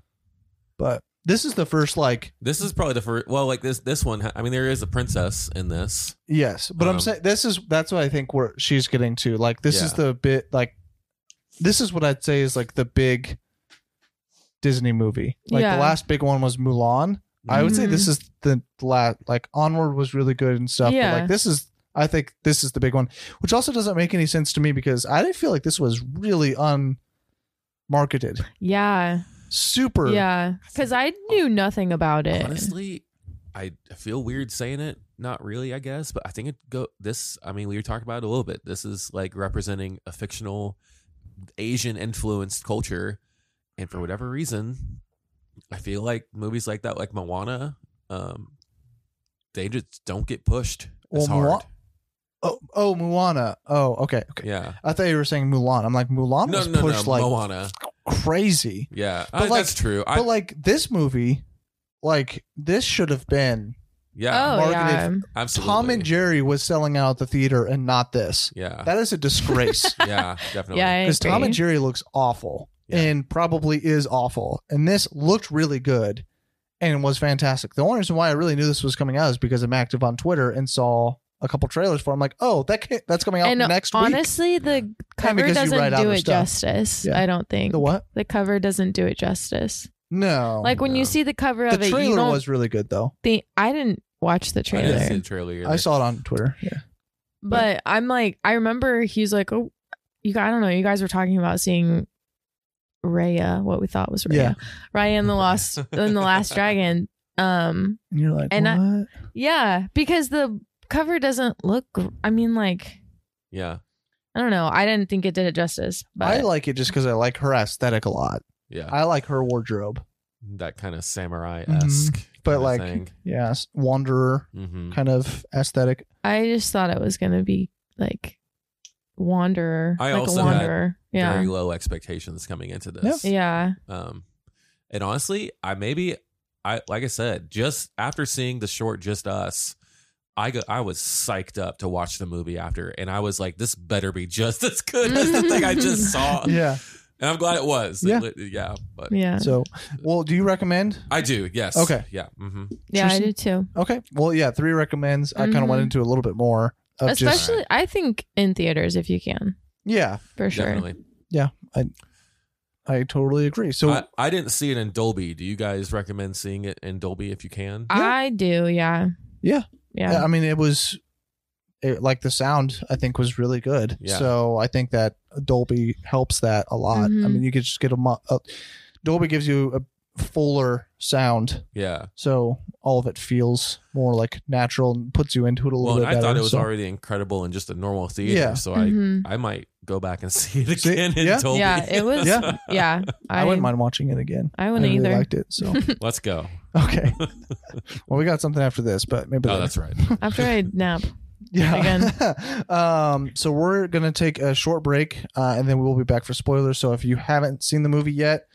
Speaker 2: but this is the first like
Speaker 3: This is probably the first. Well, like this, this one. ha- I mean, there is a princess in this.
Speaker 2: yes. But I'm
Speaker 3: Um,
Speaker 2: saying this is that's what I think where she's getting to. Like this is
Speaker 3: Yeah.
Speaker 2: the bit like this is what I'd say is like the big Disney movie. Like
Speaker 1: Yeah.
Speaker 2: the last big one was Mulan. I would say
Speaker 1: Mhm.
Speaker 2: this is the last. Like Onward was really good and stuff.
Speaker 1: Yeah.
Speaker 2: But like this is. I think this is the big one, which also doesn't make any sense to me because I didn't feel like this was really unmarketed.
Speaker 1: Yeah.
Speaker 2: Super.
Speaker 1: Yeah. Because I knew nothing about it.
Speaker 3: Honestly, I feel weird saying it. Not really, I guess, but I think it go this. I mean, we were talking about it a little bit. This is like representing a fictional Asian influenced culture, and for whatever reason, I feel like movies like that, like Moana, um, they just don't get pushed as
Speaker 2: Well,
Speaker 3: hard.
Speaker 2: Moa- Oh, oh, Moana. Oh, okay, okay.
Speaker 3: yeah,
Speaker 2: I thought you were saying Mulan. I'm like Mulan
Speaker 3: no,
Speaker 2: was
Speaker 3: no, no,
Speaker 2: pushed like
Speaker 3: Moana.
Speaker 2: crazy,
Speaker 3: Yeah,
Speaker 2: But
Speaker 3: I-
Speaker 2: like-
Speaker 3: that's true. I,
Speaker 2: but like this movie, like this should have been
Speaker 3: yeah,
Speaker 1: oh yeah.
Speaker 2: marketed-
Speaker 3: absolutely.
Speaker 2: Tom and Jerry was selling out the theater and not this.
Speaker 3: Yeah,
Speaker 2: That is a disgrace
Speaker 3: yeah, definitely.
Speaker 1: Yeah. I
Speaker 2: because Tom
Speaker 1: agree.
Speaker 2: and Jerry looks awful
Speaker 3: Yeah.
Speaker 2: and probably is awful, and this looked really good and was fantastic. The only reason why I really knew this was coming out is because I'm active on Twitter and saw a couple trailers for. it. I'm like, oh, that ca- that's coming out
Speaker 1: And
Speaker 2: next week.
Speaker 1: Honestly, the cover
Speaker 2: because you write
Speaker 1: doesn't
Speaker 2: out
Speaker 1: do
Speaker 2: their
Speaker 1: it
Speaker 2: stuff.
Speaker 1: justice.
Speaker 2: Yeah.
Speaker 1: I don't think
Speaker 2: The what?
Speaker 1: the cover doesn't do it justice.
Speaker 2: Oh, No,
Speaker 1: Like when
Speaker 3: no.
Speaker 1: you see the cover of
Speaker 2: the
Speaker 1: it, you
Speaker 2: trailer
Speaker 1: don't
Speaker 2: was really good though.
Speaker 1: think I didn't watch the
Speaker 3: I
Speaker 1: trailer.
Speaker 3: didn't see the trailer. Either.
Speaker 2: I saw it on Twitter. Yeah.
Speaker 1: But I'm like, I remember he's like, oh, you guys, I don't know. You guys were talking about seeing Raya, what we thought was Raya,
Speaker 2: Yeah.
Speaker 1: Raya and the Lost and the Last Dragon. Um,
Speaker 2: And you're like,
Speaker 1: And I-
Speaker 2: what?
Speaker 1: yeah, because the cover doesn't look. gr- I mean, like,
Speaker 3: Yeah,
Speaker 1: I don't know. I didn't think it did it justice,
Speaker 2: I
Speaker 1: but
Speaker 2: like it just because I like her aesthetic a lot.
Speaker 3: yeah,
Speaker 2: I like her wardrobe,
Speaker 3: that kind of samurai esque,
Speaker 2: Mm-hmm. but like, yeah, s- wanderer
Speaker 3: hmm
Speaker 2: kind of aesthetic.
Speaker 1: I, just thought it was gonna be like wanderer,
Speaker 3: I
Speaker 1: like
Speaker 3: also
Speaker 1: a
Speaker 3: had
Speaker 1: wanderer.
Speaker 3: very
Speaker 1: Yeah,
Speaker 3: low expectations coming into this.
Speaker 1: yeah,
Speaker 3: Um, and honestly, I maybe I like I said, just after seeing the short, just us. I, go, I was psyched up to watch the movie after, and I was like, "This better be just as good as the thing I just saw."
Speaker 2: Yeah.
Speaker 3: And I'm glad it was.
Speaker 2: Yeah.
Speaker 3: It- yeah, but
Speaker 1: yeah,
Speaker 2: So, well, do you recommend?
Speaker 3: I do. Yes.
Speaker 2: Okay.
Speaker 3: Yeah. hmm
Speaker 1: yeah. I
Speaker 2: Tristan-
Speaker 1: did too.
Speaker 2: Okay. Well, yeah, three recommends. I kind of went
Speaker 1: Mhm.
Speaker 2: into a little bit more of just
Speaker 1: Especially, I think in theaters if you can,
Speaker 2: yeah.
Speaker 1: for sure.
Speaker 3: Definitely.
Speaker 2: I totally agree. So
Speaker 3: I, I didn't see it in Dolby. Do you guys recommend seeing it in Dolby if you can?
Speaker 2: Yeah.
Speaker 1: I do, yeah.
Speaker 2: Yeah.
Speaker 1: Yeah.
Speaker 2: yeah, I mean, it was it, like the sound. I think was really good.
Speaker 3: Yeah.
Speaker 2: So I think that Dolby helps that a lot. I
Speaker 1: Mhm.
Speaker 2: mean, you could just get a, mu- a Dolby gives you a fuller sound
Speaker 3: Yeah.
Speaker 2: so all of it feels more like natural and puts you into it a little
Speaker 3: Well,
Speaker 2: bit
Speaker 3: and I
Speaker 2: better.
Speaker 3: thought it was
Speaker 2: so-
Speaker 3: already incredible in just a normal theater,
Speaker 2: Yeah.
Speaker 3: so
Speaker 1: Mhm.
Speaker 3: I I might go back and see it
Speaker 2: See?
Speaker 3: again in
Speaker 2: Yeah.
Speaker 3: Dolby.
Speaker 1: Yeah, it was
Speaker 2: Yeah.
Speaker 1: yeah.
Speaker 2: I,
Speaker 1: I,
Speaker 2: wouldn't mind watching it again.
Speaker 1: I
Speaker 2: I
Speaker 1: wouldn't
Speaker 2: really
Speaker 1: either.
Speaker 2: liked it. So
Speaker 3: Let's go.
Speaker 2: okay. well, we got something after this, but maybe
Speaker 3: Oh,
Speaker 2: later.
Speaker 3: that's right.
Speaker 1: After I nap.
Speaker 2: yeah. um, so we're gonna take a short break, uh, and then we will be back for spoilers. So if you haven't seen the movie yet,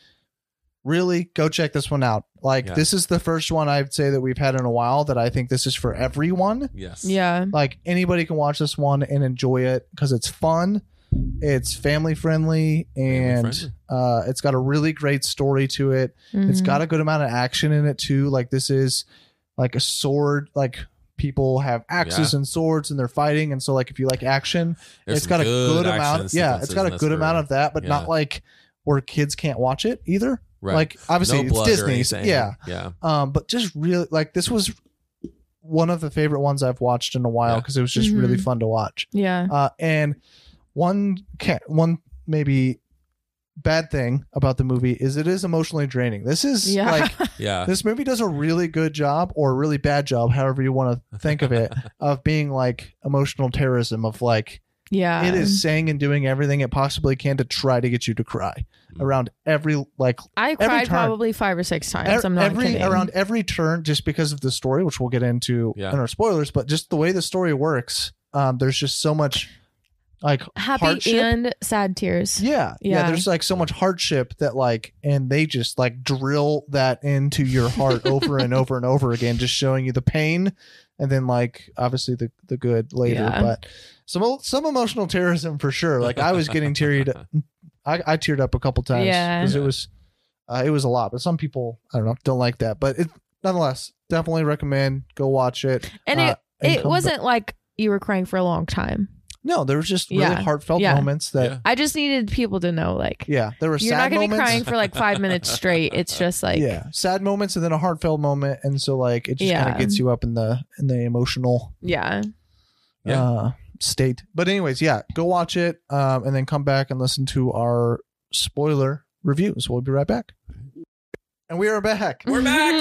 Speaker 2: really go check this one out. Like
Speaker 3: Yeah.
Speaker 2: this is the first one I'd say that we've had in a while that I think this is for everyone.
Speaker 3: Yes.
Speaker 1: Yeah.
Speaker 2: like anybody can watch this one and enjoy it because it's fun it's family friendly and
Speaker 3: friendly.
Speaker 2: uh, it's got a really great story to it it's
Speaker 1: Mhm.
Speaker 2: got a good amount of action in it too like this is like a sword like people have axes and swords and they're fighting and so like if you like action
Speaker 3: There's
Speaker 2: it's
Speaker 3: some
Speaker 2: got a good
Speaker 3: action
Speaker 2: amount yeah it's
Speaker 3: sequences
Speaker 2: got
Speaker 3: in
Speaker 2: a
Speaker 3: this
Speaker 2: good
Speaker 3: movie.
Speaker 2: amount of that but
Speaker 3: Yeah.
Speaker 2: not like where kids can't watch it either
Speaker 3: right.
Speaker 2: like obviously
Speaker 3: no
Speaker 2: it's
Speaker 3: blood or
Speaker 2: disney
Speaker 3: anything.
Speaker 2: yeah
Speaker 3: yeah.
Speaker 2: um but just really like this was one of the favorite ones i've watched in a while
Speaker 3: Yeah.
Speaker 2: because it was just
Speaker 1: Mhm.
Speaker 2: really fun to watch
Speaker 1: Yeah.
Speaker 2: uh and one can one maybe bad thing about the movie is it is emotionally draining this is
Speaker 1: Yeah.
Speaker 2: like
Speaker 3: Yeah.
Speaker 2: this movie does a really good job or a really bad job however you want to think of it of being like emotional terrorism of like
Speaker 1: Yeah.
Speaker 2: it is saying and doing everything it possibly can to try to get you to cry
Speaker 1: Hmm.
Speaker 2: around every like
Speaker 1: I
Speaker 2: every
Speaker 1: cried
Speaker 2: turn.
Speaker 1: probably five or six times.
Speaker 2: e-
Speaker 1: I'm not
Speaker 2: every
Speaker 1: kidding.
Speaker 2: around every turn just because of the story which we'll get into
Speaker 3: Yeah.
Speaker 2: in our spoilers but just the way the story works um there's just so much like
Speaker 1: happy
Speaker 2: hardship.
Speaker 1: and sad tears.
Speaker 2: yeah, yeah
Speaker 1: Yeah.
Speaker 2: there's like so much hardship that like and they just like drill that into your heart over and over and over again just showing you the pain and then like obviously the the good later
Speaker 1: Yeah.
Speaker 2: but some some emotional terrorism for sure like i was getting teary I, I teared up a couple times
Speaker 1: Yeah.
Speaker 2: because it
Speaker 3: Yeah.
Speaker 2: was uh, it was a lot. But some people I don't know don't like that. But it nonetheless definitely recommend go watch it.
Speaker 1: And
Speaker 2: uh,
Speaker 1: it it
Speaker 2: come
Speaker 1: wasn't
Speaker 2: back-
Speaker 1: like you were crying for a long time.
Speaker 2: no, there was just really
Speaker 1: Yeah.
Speaker 2: heartfelt
Speaker 1: Yeah.
Speaker 2: moments that yeah,
Speaker 3: Yeah.
Speaker 1: I just needed people to know like
Speaker 2: there were
Speaker 1: you're
Speaker 2: sad
Speaker 1: not gonna
Speaker 2: moments.
Speaker 1: be crying for like five minutes straight. It's just like
Speaker 2: yeah, sad moments and then a heartfelt moment, and so like it just kind
Speaker 1: Yeah.
Speaker 2: of gets you up in the in the emotional
Speaker 1: yeah.
Speaker 3: Yeah.
Speaker 2: uh, state. But anyways, yeah, go watch it um, and then come back and listen to our spoiler reviews. We'll be right back. And we are back.
Speaker 3: We're back.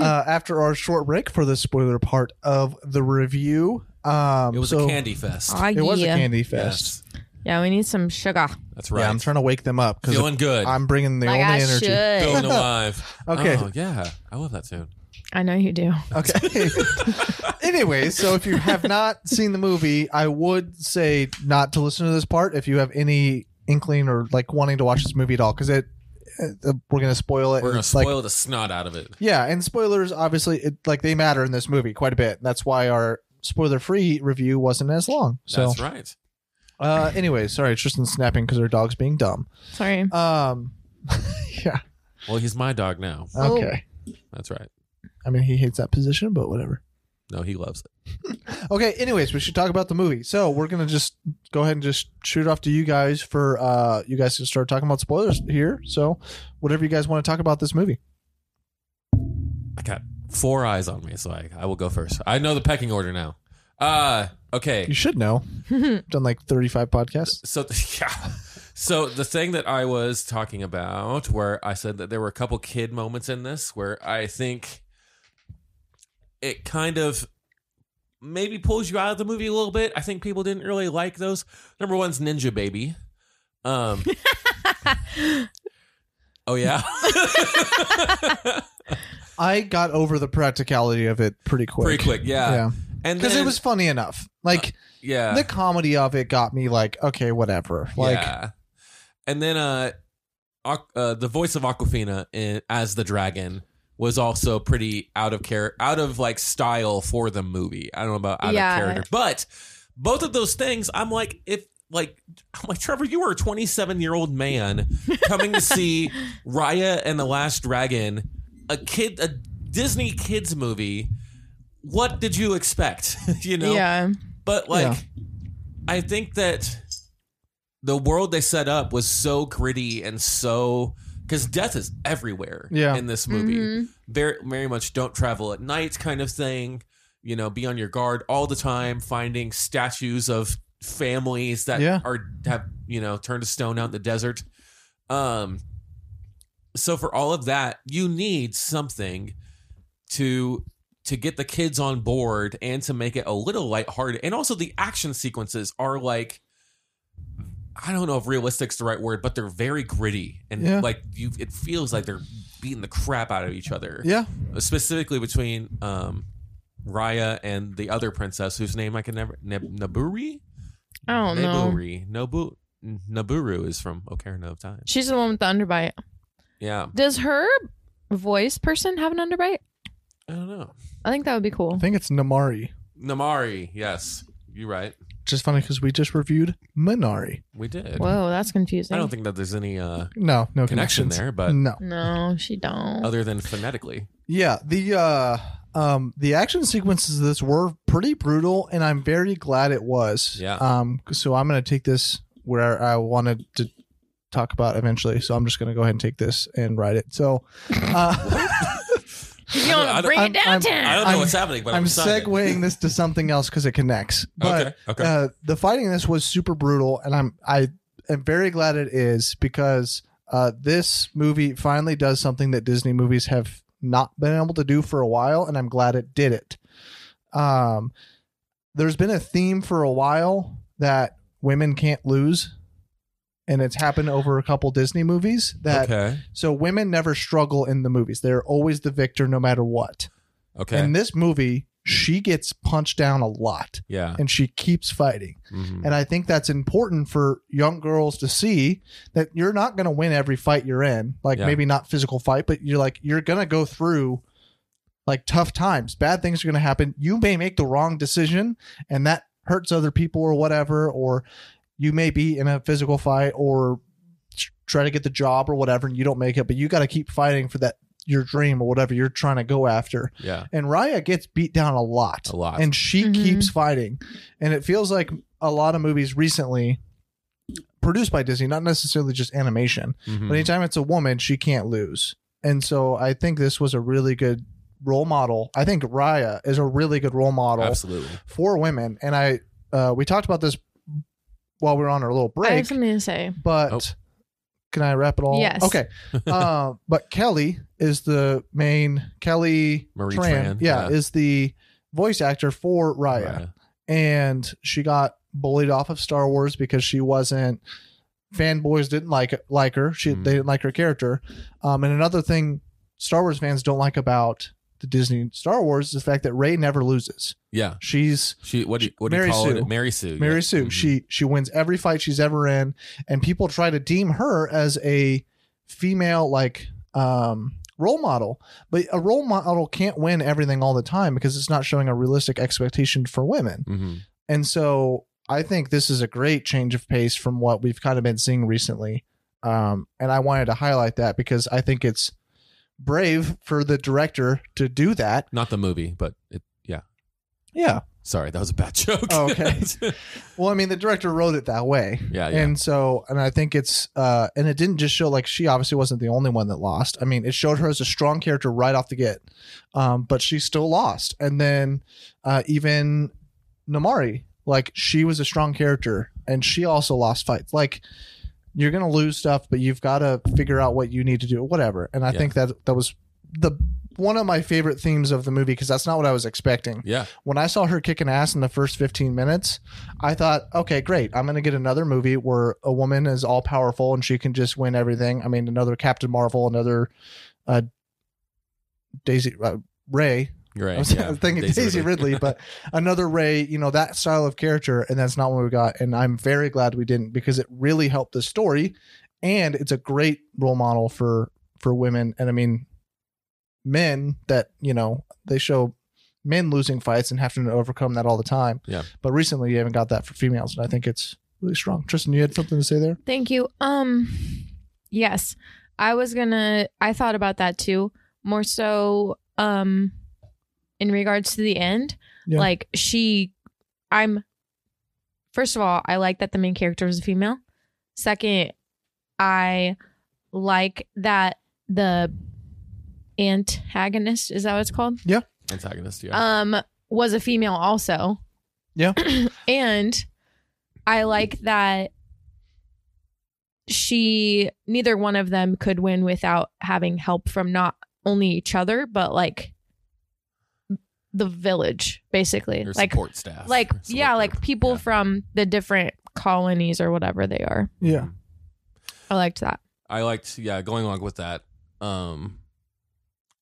Speaker 2: uh, after our short break for the spoiler part of the review. Um,
Speaker 3: It was
Speaker 2: so-
Speaker 3: a candy fest.
Speaker 1: Aw,
Speaker 2: It was
Speaker 1: yeah.
Speaker 2: a candy fest.
Speaker 1: yeah, we need some sugar.
Speaker 3: Yes, that's right.
Speaker 2: Yeah, I'm trying to wake them up because
Speaker 3: Feeling good.
Speaker 2: I'm bringing the
Speaker 1: like
Speaker 2: only
Speaker 1: I
Speaker 2: energy.
Speaker 1: should.
Speaker 3: Feeling alive.
Speaker 2: Okay.
Speaker 3: Oh, yeah. I love that tune.
Speaker 1: I know you do.
Speaker 2: Okay. Anyways, so if you have not seen the movie, I would say not to listen to this part if you have any inkling or like wanting to watch this movie at all because it uh, we're gonna spoil it.
Speaker 3: We're gonna
Speaker 2: It's like-
Speaker 3: spoil the snot out of it.
Speaker 2: Yeah, and spoilers obviously it, like they matter in this movie quite a bit. That's why our spoiler-free review wasn't as long. So
Speaker 3: That's right.
Speaker 2: Uh, anyway, sorry, Tristan's snapping because her dog's being dumb.
Speaker 1: Sorry.
Speaker 2: Um, yeah,
Speaker 3: Well, he's my dog now.
Speaker 1: Oh.
Speaker 2: okay.
Speaker 3: That's right.
Speaker 2: I mean, he hates that position, but whatever.
Speaker 3: No, he loves it.
Speaker 2: Okay, anyways, we should talk about the movie. So we're gonna just go ahead and just shoot off to you guys for uh, you guys to start talking about spoilers here. So whatever you guys want to talk about this movie.
Speaker 3: I got four eyes on me, so I, I will go first. I know the pecking order now. Uh okay.
Speaker 2: You should know. I've done like thirty-five podcasts.
Speaker 3: So yeah. So the thing that I was talking about where I said that there were a couple kid moments in this where I think it kind of maybe pulls you out of the movie a little bit. I think people didn't really like those. Number one's Ninja Baby. Um Oh yeah.
Speaker 2: I got over the practicality of it pretty quick.
Speaker 3: Pretty quick, yeah.
Speaker 2: yeah,
Speaker 3: And
Speaker 2: because
Speaker 3: then- Uh,
Speaker 2: it was funny enough. Like
Speaker 3: yeah.
Speaker 2: the comedy of it got me like, okay, whatever. Like,
Speaker 3: yeah. And then uh, Aqu- uh the voice of Aquafina in, as the dragon was also pretty out of care out of like style for the movie. I don't know about out
Speaker 1: Yeah.
Speaker 3: of character. But both of those things I'm like if like I'm like Trevor, you were a 27 year old man coming to see Raya and the Last Dragon, a kid a Disney kids movie. What did you expect? you know?
Speaker 1: Yeah.
Speaker 3: But like, I think that the world they set up was so gritty and so because death is everywhere
Speaker 2: Yeah.
Speaker 3: in this movie.
Speaker 1: Mm-hmm.
Speaker 3: Very, very much don't travel at night kind of thing. You know, be on your guard all the time, finding statues of families that
Speaker 2: Yeah.
Speaker 3: are have you know turned to stone out in the desert. Um, so for all of that, you need something to to get the kids on board and to make it a little lighthearted. And also the action sequences are like I don't know if realistic's the right word, but they're very gritty and
Speaker 2: Yeah.
Speaker 3: like you it feels like they're beating the crap out of each other.
Speaker 2: yeah.
Speaker 3: Specifically between um Raya and the other princess whose name I can never Neb- Naburi?
Speaker 1: I don't know.
Speaker 3: Naburi. Nobu Naburu is from Ocarina of Time.
Speaker 1: She's the one with the underbite.
Speaker 3: Yeah.
Speaker 1: Does her voice person have an underbite?
Speaker 3: I don't know.
Speaker 1: I think that would be
Speaker 2: I
Speaker 1: cool.
Speaker 2: think it's Namari.
Speaker 3: Namari, yes. You're right.
Speaker 2: Just funny because we just reviewed Minari.
Speaker 3: We did.
Speaker 1: Whoa, that's confusing.
Speaker 3: I don't think that there's any uh
Speaker 2: No, no
Speaker 3: connection
Speaker 1: Mm.
Speaker 2: connections
Speaker 3: there, but
Speaker 2: no.
Speaker 1: No, she don't.
Speaker 3: other than phonetically.
Speaker 2: Yeah, the uh Um, the action sequences of this were pretty brutal, and I'm very glad it was.
Speaker 3: Yeah.
Speaker 2: Um, so I'm going to take this where I wanted to talk about eventually. So I'm just going to go ahead and take this and write it. So uh,
Speaker 1: You
Speaker 3: I
Speaker 1: want
Speaker 3: don't-
Speaker 1: to bring
Speaker 2: I'm-
Speaker 1: it
Speaker 2: I'm-
Speaker 1: downtown.
Speaker 3: I don't know
Speaker 2: I'm-
Speaker 3: what's happening, but I'm,
Speaker 2: I'm
Speaker 3: excited.
Speaker 2: segueing this to something else because it connects. But
Speaker 3: Okay. Okay.
Speaker 2: uh, the fighting in this was super brutal, and I'm I am very glad it is because uh, this movie finally does something that Disney movies have not been able to do for a while, and I'm glad it did it. Um, there's been a theme for a while that women can't lose, and it's happened over a couple Disney movies. That
Speaker 3: okay.
Speaker 2: so women never struggle in the movies; they're always the victor, no matter what.
Speaker 3: Okay.
Speaker 2: In this movie, she gets punched down a lot,
Speaker 3: yeah.
Speaker 2: and she keeps fighting.
Speaker 3: Mhm.
Speaker 2: And I think that's important for young girls to see that you're not going to win every fight you're in. Like
Speaker 3: Yeah.
Speaker 2: maybe not physical fight, but you're like you're going to go through like tough times. Bad things are going to happen. You may make the wrong decision and that hurts other people or whatever or you may be in a physical fight or tr- try to get the job or whatever and you don't make it, but you got to keep fighting for that your dream or whatever you're trying to go after
Speaker 3: Yeah.
Speaker 2: and Raya gets beat down a lot.
Speaker 3: A lot.
Speaker 2: And she
Speaker 1: Mhm.
Speaker 2: keeps fighting. And it feels like a lot of movies recently produced by Disney, not necessarily just animation,
Speaker 3: Mhm.
Speaker 2: but anytime it's a woman, she can't lose. And so I think this was a really good role model. I think Raya is a really good role model
Speaker 3: Absolutely.
Speaker 2: for women. And I uh, we talked about this while we were on our little
Speaker 1: I
Speaker 2: break
Speaker 1: have something to say.
Speaker 2: but
Speaker 3: Oh.
Speaker 2: can I wrap it all?
Speaker 1: Yes.
Speaker 2: Okay. uh, but Kelly is the main Kelly
Speaker 3: Marie Tran,
Speaker 2: yeah,
Speaker 3: yeah.
Speaker 2: is the voice actor for Raya,
Speaker 3: Raya.
Speaker 2: and she got bullied off of Star Wars because she wasn't. Fanboys didn't like like her. She
Speaker 3: Mm.
Speaker 2: they didn't like her character. Um, and another thing, Star Wars fans don't like about the Disney Star Wars is the fact that Ray never loses.
Speaker 3: Yeah.
Speaker 2: She's
Speaker 3: She. What do you, what do
Speaker 2: Mary
Speaker 3: you call
Speaker 2: Sue.
Speaker 3: it? Mary Sue. yeah.
Speaker 2: Mary Sue.
Speaker 3: Mhm.
Speaker 2: She she wins every fight she's ever in, and people try to deem her as a female like um, role model. But a role model can't win everything all the time because it's not showing a realistic expectation for women.
Speaker 3: Mhm.
Speaker 2: And so I think this is a great change of pace from what we've kind of been seeing recently. Um, and I wanted to highlight that because I think it's brave for the director to do that.
Speaker 3: Not the movie, but it, yeah.
Speaker 2: Yeah.
Speaker 3: Sorry, that was a bad joke.
Speaker 2: Oh, okay. Well, I mean, the director wrote it that way.
Speaker 3: yeah. Yeah.
Speaker 2: and so and i think it's uh and it didn't just show like she obviously wasn't the only one that lost i mean it showed her as a strong character right off the get um but she still lost and then uh even namari like she was a strong character and she also lost fights like you're gonna lose stuff but you've got to figure out what you need to do whatever and i
Speaker 3: Yeah.
Speaker 2: think that that was the one of my favorite themes of the movie because that's not what i was expecting
Speaker 3: yeah.
Speaker 2: when I saw her kicking ass in the first 15 minutes, I thought, okay, great. I'm going to get another movie where a woman is all powerful and she can just win everything. I mean, another Captain Marvel, another uh, Daisy uh, Ray.
Speaker 3: Right.
Speaker 2: I was,
Speaker 3: yeah.
Speaker 2: I was thinking Daisy, Ridley, but another Ray, you know, that style of character. And that's not what we got. And I'm very glad we didn't because it really helped the story. And it's a great role model for for women. And I mean, men that, you know, they show men losing fights and having to overcome that all the time.
Speaker 3: Yeah.
Speaker 2: But recently you haven't got that for females. And I think it's really strong. Tristan, you had something to say there?
Speaker 1: Thank you. Um yes. I was going to I thought about that too. More so um in regards to the end.
Speaker 2: Yeah.
Speaker 1: Like she I'm first of all, I like that the main character was a female. Second, I like that the antagonist is that what it's called?
Speaker 3: Antagonist. Yeah.
Speaker 1: um was a female also
Speaker 2: Yeah.
Speaker 1: and i like that she neither one of them could win without having help from not only each other but like the village basically
Speaker 3: Your
Speaker 1: like
Speaker 3: support staff.
Speaker 1: like
Speaker 3: Support
Speaker 1: yeah like
Speaker 3: group.
Speaker 1: people
Speaker 3: Yeah.
Speaker 1: from the different colonies or whatever they are
Speaker 2: Yeah.
Speaker 3: Mm-hmm.
Speaker 1: i liked that
Speaker 3: I liked yeah, going along with that. Um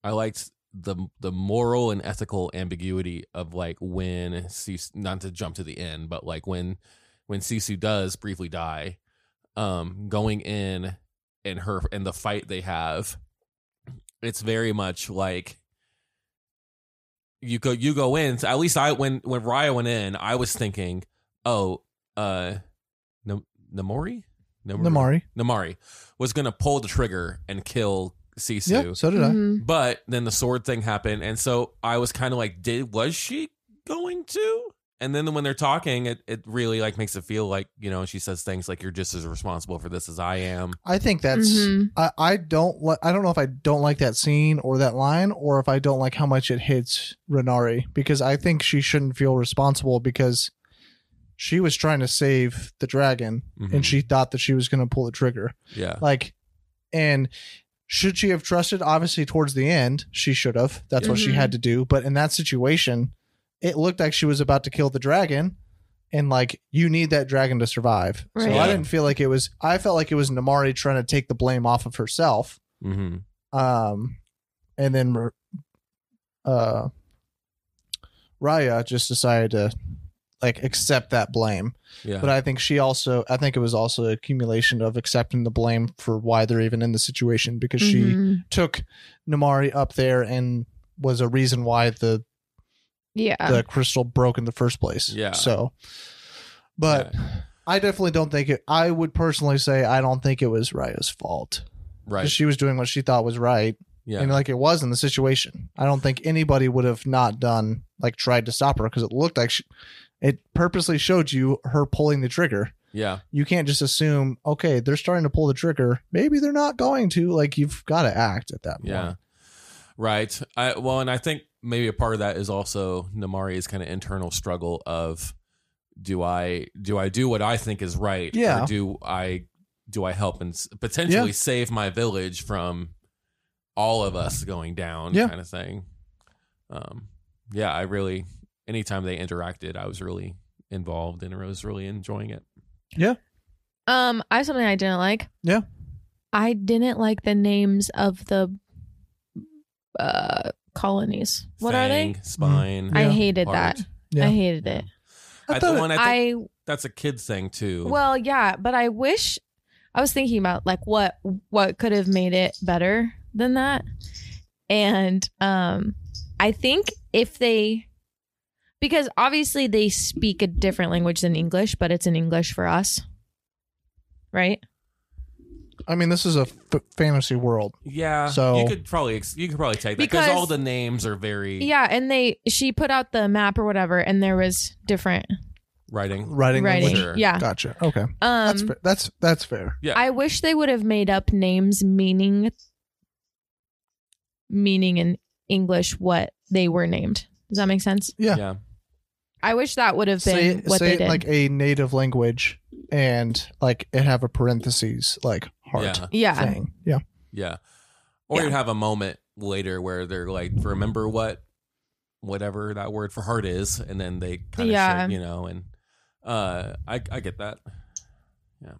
Speaker 3: I liked the the moral and ethical ambiguity of like when Sisu not to jump to the end, but like when when Sisu does briefly die, um going in and her and the fight they have, it's very much like you go you go in. So at least I when when Raya went in, I was thinking, oh, uh Nam- Namori?
Speaker 2: Namari.
Speaker 3: Namari was going to pull the trigger and kill Sisu.
Speaker 2: Yeah, so did I.
Speaker 1: Mhm.
Speaker 3: But then the sword thing happened, and so I was kind of like, "Did was she going to?" And then when they're talking, it, it really like makes it feel like you know she says things like, "You're just as responsible for this as I am."
Speaker 2: I think that's.
Speaker 1: Mhm.
Speaker 2: I, I don't li- I don't know if I don't like that scene or that line or if I don't like how much it hits Renari because I think she shouldn't feel responsible because she was trying to save the dragon
Speaker 3: Mhm.
Speaker 2: and she thought that she was going to pull the trigger.
Speaker 3: Yeah,
Speaker 2: Like and should she have trusted obviously towards the end she should have. That's what she
Speaker 1: Mhm.
Speaker 2: had to do, but in that situation it looked like she was about to kill the dragon and like you need that dragon to survive. So
Speaker 1: Right.
Speaker 2: I didn't feel like it was I felt like it was Namari trying to take the blame off of herself
Speaker 3: hmm
Speaker 2: um and then uh raya just decided to like accept that blame
Speaker 3: yeah.
Speaker 2: but i think she also i think it was also an accumulation of accepting the blame for why they're even in the situation because she
Speaker 1: Mhm.
Speaker 2: took namari up there and was a reason why the
Speaker 1: yeah
Speaker 2: the crystal broke in the first place
Speaker 3: Yeah.
Speaker 2: so but i definitely don't think it i would personally say i don't think it was raya's fault 'Cause
Speaker 3: right.
Speaker 2: she was doing what she thought was right
Speaker 3: Yeah.
Speaker 2: and like it was in the situation. I don't think anybody would have not done like tried to stop her because it looked like she, it purposely showed you her pulling the trigger.
Speaker 3: yeah.
Speaker 2: You can't just assume okay they're starting to pull the trigger. Maybe they're not going to. Like you've got to act at that point.
Speaker 3: Yeah. Right. I well, and I think maybe a part of that is also Namari's kind of internal struggle of do I do I do what I think is right? or
Speaker 2: Yeah.
Speaker 3: do I do I help and s- potentially save my village from all of us going down
Speaker 2: Yeah.
Speaker 3: kind of thing. Um yeah, I really anytime they interacted, I was really involved and I was really enjoying it.
Speaker 1: um i have something i didn't like
Speaker 2: Yeah.
Speaker 1: i didn't like the names of the uh colonies what are they
Speaker 3: Fang, Spine.
Speaker 1: i
Speaker 2: Mm-hmm. Yeah.
Speaker 1: hated
Speaker 3: heart.
Speaker 1: that
Speaker 2: Yeah.
Speaker 1: i hated it
Speaker 2: I
Speaker 3: I,
Speaker 2: thought
Speaker 3: the
Speaker 2: it-
Speaker 3: one, I think
Speaker 1: i
Speaker 3: that's a kid thing too.
Speaker 1: Well, yeah, but I wish I was thinking about like what what could have made it better than that. And um I think if they because obviously they speak a different language than English, but it's in English for us. Right?
Speaker 2: I mean this is a f- fantasy world.
Speaker 3: Yeah.
Speaker 2: So-
Speaker 3: you could probably ex- you could probably take that because
Speaker 1: Because-
Speaker 3: all the names are very
Speaker 1: Yeah, and they she put out the map or whatever and there was different
Speaker 3: writing.
Speaker 2: Writing,
Speaker 1: writing.
Speaker 2: language.
Speaker 3: Sure.
Speaker 1: Yeah.
Speaker 2: Gotcha. Okay.
Speaker 1: Um
Speaker 2: that's fair. that's that's fair.
Speaker 1: I wish they would have made up names meaning meaning in English what they were named. Does that make sense?
Speaker 2: Yeah.
Speaker 3: Yeah.
Speaker 1: I wish that would have
Speaker 2: Say
Speaker 1: been
Speaker 2: it,
Speaker 1: what
Speaker 2: say
Speaker 1: they
Speaker 2: it
Speaker 1: did.
Speaker 2: like a native language and like it have a parentheses like heart
Speaker 3: Yeah.
Speaker 1: yeah.
Speaker 2: thing. Yeah.
Speaker 3: Yeah. Or
Speaker 1: Yeah.
Speaker 3: you'd have a moment later where they're like, remember what whatever that word for heart is, and then they kind of
Speaker 1: Yeah.
Speaker 3: you know, and uh I I get that. Yeah.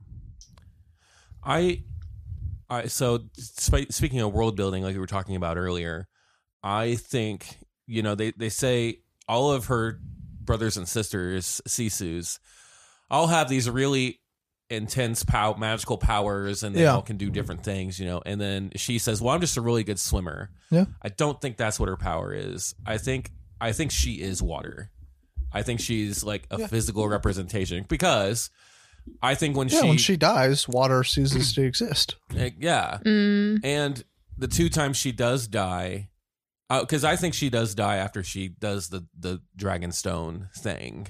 Speaker 3: I I so sp- speaking of world building like we were talking about earlier, I think, you know, they they say all of her brothers and sisters, Sisus, all have these really intense pow- magical powers and they
Speaker 2: Yeah.
Speaker 3: all can do different things, you know. And then she says, "Well, I'm just a really good swimmer."
Speaker 2: Yeah.
Speaker 3: I don't think that's what her power is. I think I think she is water. I think she's like a
Speaker 2: Yeah.
Speaker 3: physical representation because I think when
Speaker 2: Yeah,
Speaker 3: she,
Speaker 2: when she dies, water ceases to exist.
Speaker 3: like, yeah,
Speaker 1: Mm,
Speaker 3: and the two times she does die because i think she does die after she does the the dragon stone thing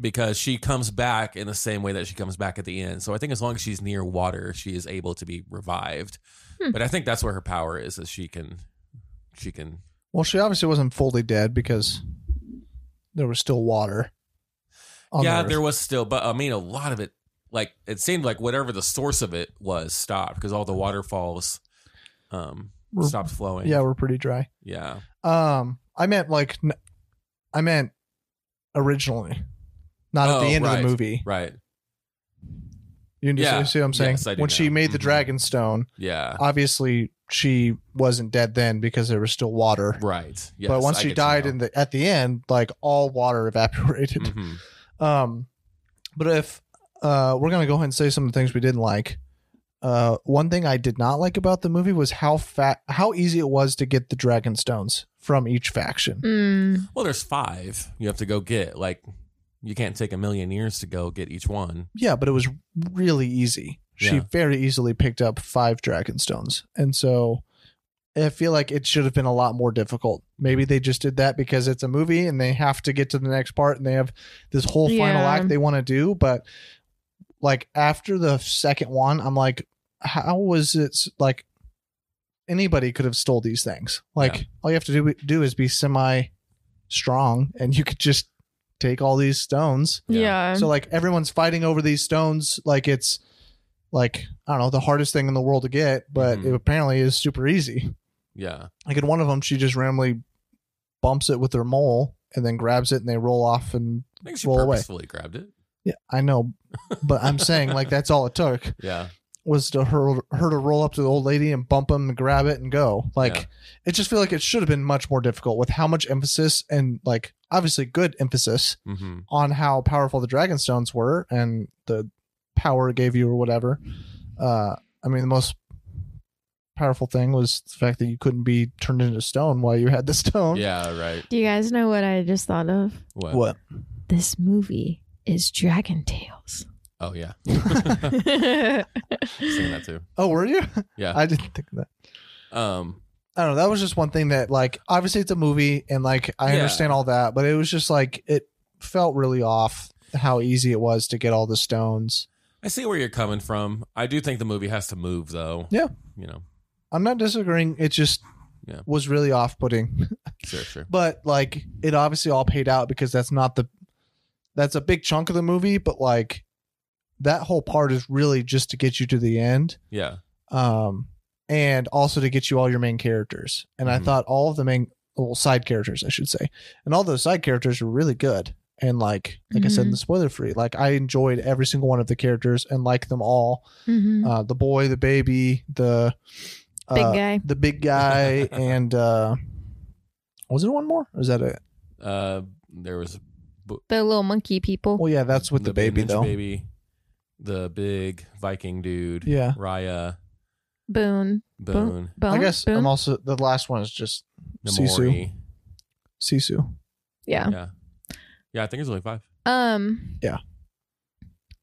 Speaker 3: because she comes back in the same way that she comes back at the end so i think as long as she's near water she is able to be revived
Speaker 1: Hmm.
Speaker 3: but i think that's where her power is is she can she can
Speaker 2: Well, she obviously wasn't fully dead because there was still water. on
Speaker 3: yeah
Speaker 2: Earth.
Speaker 3: there was still but i mean a lot of it like it seemed like whatever the source of it was stopped because all the waterfalls um
Speaker 2: Were-
Speaker 3: stopped flowing
Speaker 2: yeah, we're pretty dry.
Speaker 3: yeah
Speaker 2: Um, I meant like, n- I meant originally, not at
Speaker 3: Oh,
Speaker 2: the end of
Speaker 3: right.
Speaker 2: the movie.
Speaker 3: right
Speaker 2: You just
Speaker 3: Yeah.
Speaker 2: see what I'm saying?
Speaker 3: Yes, I do
Speaker 2: when she
Speaker 3: now.
Speaker 2: made the
Speaker 3: Mhm.
Speaker 2: dragon stone,
Speaker 3: yeah
Speaker 2: obviously she wasn't dead then because there was still water.
Speaker 3: Right. Yes,
Speaker 2: but once
Speaker 3: I
Speaker 2: she
Speaker 3: get
Speaker 2: died
Speaker 3: you
Speaker 2: in
Speaker 3: now.
Speaker 2: the at the end, like all water evaporated.
Speaker 3: Mhm.
Speaker 2: Um, but if uh, we're gonna go ahead and say some of the things we didn't like. Uh, one thing I did not like about the movie was how fat, how easy it was to get the dragon stones from each faction.
Speaker 1: mm,
Speaker 3: well, there's five you have to go get. Like, you can't take a million years to go get each one.
Speaker 2: Yeah, but it was really easy. She
Speaker 3: Yeah.
Speaker 2: very easily picked up five dragon stones, and so I feel like it should have been a lot more difficult. Maybe they just did that because it's a movie and they have to get to the next part and they have this whole final
Speaker 1: Yeah.
Speaker 2: act they want to do. But like after the second one, I'm like, how was it s- like anybody could have stole these things? Like
Speaker 3: Yeah.
Speaker 2: all you have to do do is be semi strong and you could just take all these stones
Speaker 3: Yeah.
Speaker 1: Yeah.
Speaker 2: so like everyone's fighting over these stones, like it's like I don't know the hardest thing in the world to get, but
Speaker 3: Mhm.
Speaker 2: it apparently is super easy.
Speaker 3: Yeah.
Speaker 2: Like in one of them, she just randomly bumps it with her mole and then grabs it, and they roll off. And
Speaker 3: I think she
Speaker 2: Roll away.
Speaker 3: purposefully grabbed it.
Speaker 2: yeah, I know, but I'm saying like that's all it took
Speaker 3: Yeah.
Speaker 2: was to her her to roll up to the old lady and bump him and grab it and go. Like
Speaker 3: Yeah.
Speaker 2: it just feel like it should have been much more difficult with how much emphasis and like obviously good emphasis
Speaker 3: Mm-hmm.
Speaker 2: on how powerful the dragon stones were and the power it gave you or whatever. Uh, I mean, the most powerful thing was the fact that you couldn't be turned into stone while you had the stone.
Speaker 3: Yeah. Right.
Speaker 1: Do you guys know what I just thought of?
Speaker 3: What?
Speaker 2: What?
Speaker 1: This movie is Dragon Tales.
Speaker 3: Oh yeah. Seen
Speaker 1: yeah.
Speaker 3: that too.
Speaker 2: Oh, were you?
Speaker 3: Yeah.
Speaker 2: I didn't think of that.
Speaker 3: Um.
Speaker 2: I don't know. That was just one thing that, like, obviously it's a movie and, like, I
Speaker 3: Yeah.
Speaker 2: understand all that, but it was just like, it felt really off how easy it was to get all the stones.
Speaker 3: I see where you're coming from. I do think the movie has to move though.
Speaker 2: Yeah.
Speaker 3: You know.
Speaker 2: I'm not disagreeing. It just
Speaker 3: Yeah.
Speaker 2: was really off putting.
Speaker 3: Sure. Sure.
Speaker 2: but like it obviously all paid out because that's not the that's a big chunk of the movie but like that whole part is really just to get you to the end
Speaker 3: Yeah.
Speaker 2: um and also to get you all your main characters and
Speaker 3: Mhm.
Speaker 2: i thought all of the main well side characters i should say and all those side characters were really good and like like i
Speaker 1: Mm-hmm.
Speaker 2: said in the spoiler free like i enjoyed every single one of the characters and liked them all
Speaker 1: Mhm.
Speaker 2: uh the boy the baby the
Speaker 1: Big
Speaker 2: uh,
Speaker 1: guy.
Speaker 2: the big guy and uh was there one more or is that it
Speaker 3: Uh. There was
Speaker 1: The little monkey people.
Speaker 2: Well, yeah, that's with the,
Speaker 3: big
Speaker 2: baby
Speaker 3: ninja
Speaker 2: though.
Speaker 3: Baby. The big Viking dude.
Speaker 2: Yeah.
Speaker 3: Raya.
Speaker 1: Boone.
Speaker 3: Boone.
Speaker 1: Boone.
Speaker 2: I guess
Speaker 1: Boone?
Speaker 2: I'm also the last one is just Sisu.
Speaker 3: Namori.
Speaker 2: Sisu.
Speaker 1: yeah.
Speaker 3: Yeah. Yeah. I think it's only five.
Speaker 1: Um.
Speaker 2: Yeah.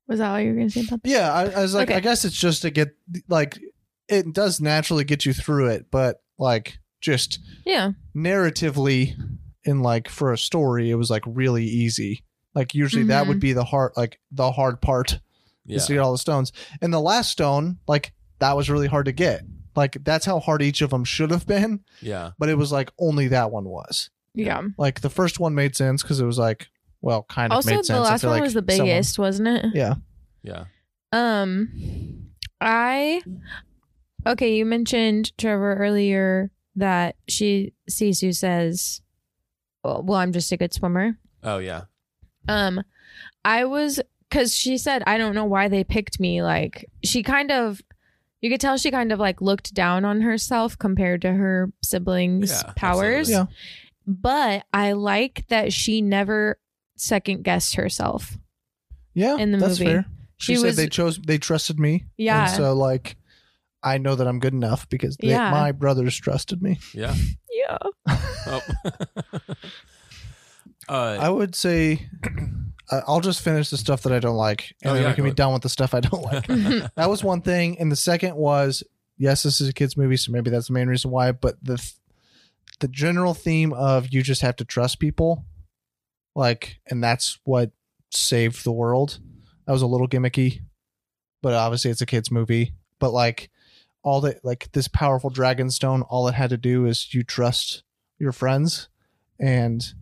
Speaker 1: Was that all you were gonna say about that?
Speaker 2: Yeah, I, I was like,
Speaker 1: Okay.
Speaker 2: I guess it's just to get like it does naturally get you through it, but like just
Speaker 1: Yeah.
Speaker 2: narratively in like for a story, it was like really easy. Like usually that would be the hard like the hard part
Speaker 3: Yeah.
Speaker 2: is to get all the stones. And the last stone, like that was really hard to get. Like that's how hard each of them should have been,
Speaker 3: Yeah.
Speaker 2: but it was like only that one was.
Speaker 1: Yeah.
Speaker 2: like the first one made sense because it was like well kind of
Speaker 1: Also,
Speaker 2: made sense.
Speaker 1: the
Speaker 2: I
Speaker 1: last
Speaker 2: feel
Speaker 1: one
Speaker 2: like
Speaker 1: was the
Speaker 2: someone-
Speaker 1: biggest, wasn't it?
Speaker 2: yeah
Speaker 3: Yeah.
Speaker 1: Um, I okay. You mentioned Trevor earlier that she Sisu says, "Well, well, I'm just a good swimmer."
Speaker 3: Oh yeah.
Speaker 1: Um, I was because she said, "I don't know why they picked me." Like she kind of, you could tell she kind of like looked down on herself compared to her siblings'
Speaker 3: Yeah,
Speaker 1: powers.
Speaker 3: absolutely.
Speaker 2: Yeah.
Speaker 1: But I like that she never second guessed herself.
Speaker 2: yeah
Speaker 1: In the
Speaker 2: that's
Speaker 1: movie.
Speaker 2: fair. She,
Speaker 1: She
Speaker 2: said
Speaker 1: was-
Speaker 2: they chose they trusted me.
Speaker 1: Yeah.
Speaker 2: and so like I know that I'm good enough because they,
Speaker 1: Yeah.
Speaker 2: my brothers trusted me.
Speaker 3: Yeah.
Speaker 1: Yeah.
Speaker 3: Oh. uh,
Speaker 2: I would say I- I'll just finish the stuff that I don't like, and
Speaker 3: Oh,
Speaker 2: then
Speaker 3: yeah,
Speaker 2: we can
Speaker 3: go
Speaker 2: be
Speaker 3: ahead.
Speaker 2: done with the stuff I don't like. that was one thing, and the second was yes, this is a kids movie, so maybe that's the main reason why. But the th- the general theme of you just have to trust people, like, and that's what saved the world. That was a little gimmicky, but obviously it's a kids movie. But like all that, like this powerful dragon stone, all it had to do is you trust your friends, and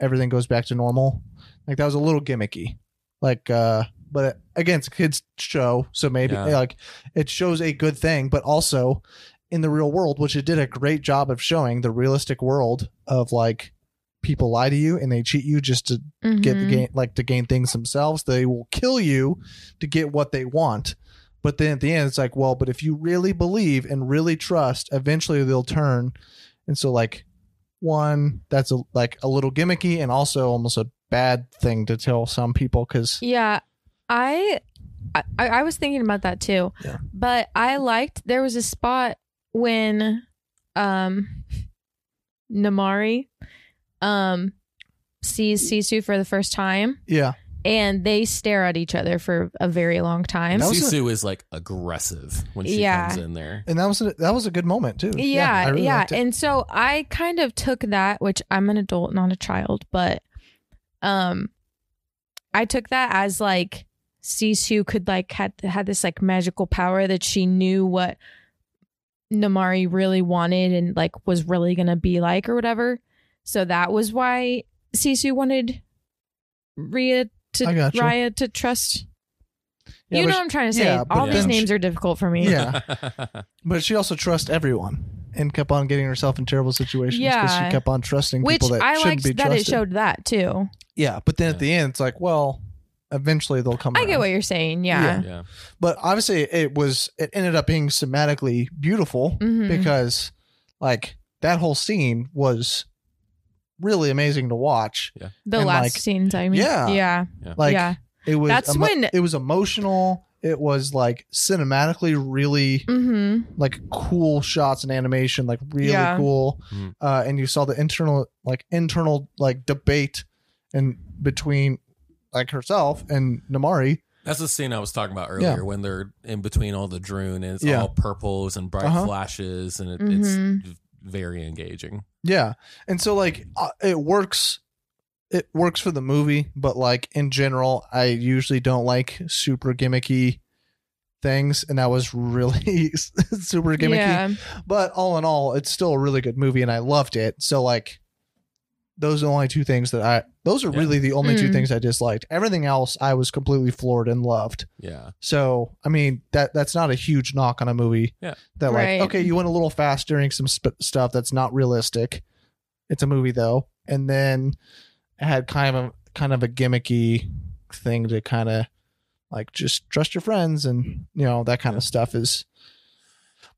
Speaker 2: everything goes back to normal. Like that was a little gimmicky. Like, uh, but again, it's a kids show, so maybe
Speaker 3: Yeah.
Speaker 2: like it shows a good thing, but also in the real world, which it did a great job of showing the realistic world of like people lie to you and they cheat you just to
Speaker 1: Mm-hmm.
Speaker 2: get the gain like to gain things themselves. They will kill you to get what they want. But then at the end it's like, well, but if you really believe and really trust, eventually they'll turn. And so like one, that's a, like a little gimmicky and also almost a bad thing to tell some people cuz
Speaker 1: Yeah, I, I I was thinking about that too.
Speaker 2: Yeah.
Speaker 1: But I liked there was a spot when um Namari um sees Sisu for the first time
Speaker 2: yeah,
Speaker 1: and they stare at each other for a very long time.
Speaker 3: And
Speaker 2: That was a-
Speaker 3: Sisu is like aggressive when she
Speaker 1: Yeah.
Speaker 3: comes in there.
Speaker 2: and that was a, that was a good moment too.
Speaker 1: yeah,
Speaker 2: I
Speaker 1: yeah.
Speaker 2: really liked it.
Speaker 1: And so I kind of took that, which I'm an adult, not a child, but um I took that as like Sisu could like had had this like magical power that she knew what Namari really wanted and like was really gonna be like or whatever. So that was why Sisu wanted Rhea to
Speaker 2: I gotcha.
Speaker 1: Raya to trust.
Speaker 2: Yeah,
Speaker 1: you
Speaker 2: but
Speaker 1: know what I'm trying to say.
Speaker 2: yeah, but
Speaker 1: All these
Speaker 3: then-
Speaker 1: names are difficult for me.
Speaker 2: Yeah. But she also trusts everyone and kept on getting herself in terrible situations because
Speaker 1: Yeah.
Speaker 2: she kept on trusting
Speaker 1: Which
Speaker 2: people that
Speaker 1: I
Speaker 2: shouldn't
Speaker 1: liked
Speaker 2: be
Speaker 1: that
Speaker 2: trusted.
Speaker 1: it showed that too.
Speaker 2: yeah, but then
Speaker 3: Yeah.
Speaker 2: at the end, it's like, well, eventually they'll come.
Speaker 1: I get
Speaker 2: around.
Speaker 1: what you're saying. Yeah.
Speaker 3: yeah.
Speaker 2: But obviously, it was it ended up being thematically beautiful
Speaker 1: Mhm.
Speaker 2: because, like, that whole scene was really amazing to watch.
Speaker 1: The
Speaker 2: And,
Speaker 1: last
Speaker 2: like,
Speaker 1: scenes, I mean.
Speaker 2: yeah.
Speaker 1: Yeah.
Speaker 2: Like,
Speaker 1: yeah.
Speaker 2: it was
Speaker 1: That's when-
Speaker 2: it was emotional. It was like cinematically really
Speaker 1: Mm
Speaker 2: like cool shots and animation, like really
Speaker 1: Yeah.
Speaker 2: cool.
Speaker 3: Mhm.
Speaker 2: Uh, and you saw the internal like internal like debate and between like herself and Namari.
Speaker 3: That's the scene I was talking about earlier
Speaker 2: Yeah.
Speaker 3: when they're in between all the drone and it's
Speaker 2: Yeah.
Speaker 3: all purples and bright
Speaker 2: Uh-huh.
Speaker 3: flashes and it,
Speaker 1: Mhm.
Speaker 3: it's very engaging.
Speaker 2: Yeah, and so like uh, it works. It works for the movie, but like in general, I usually don't like super gimmicky things, and that was really super
Speaker 1: hmm.
Speaker 2: gimmicky.
Speaker 1: Yeah.
Speaker 2: But all in all, it's still a really good movie, and I loved it. So like, those are the only two things that I. Those are
Speaker 3: Yeah.
Speaker 2: really the only two
Speaker 1: Mm.
Speaker 2: things I disliked. Everything else, I was completely floored and loved.
Speaker 3: Yeah.
Speaker 2: So I mean, that that's not a huge knock on a movie.
Speaker 3: Yeah.
Speaker 2: That like,
Speaker 1: Right.
Speaker 2: okay, you went a little fast during some sp- stuff that's not realistic. It's a movie though, and then it had kind of kind of a gimmicky thing to kind of like just trust your friends and you know that kind of stuff is.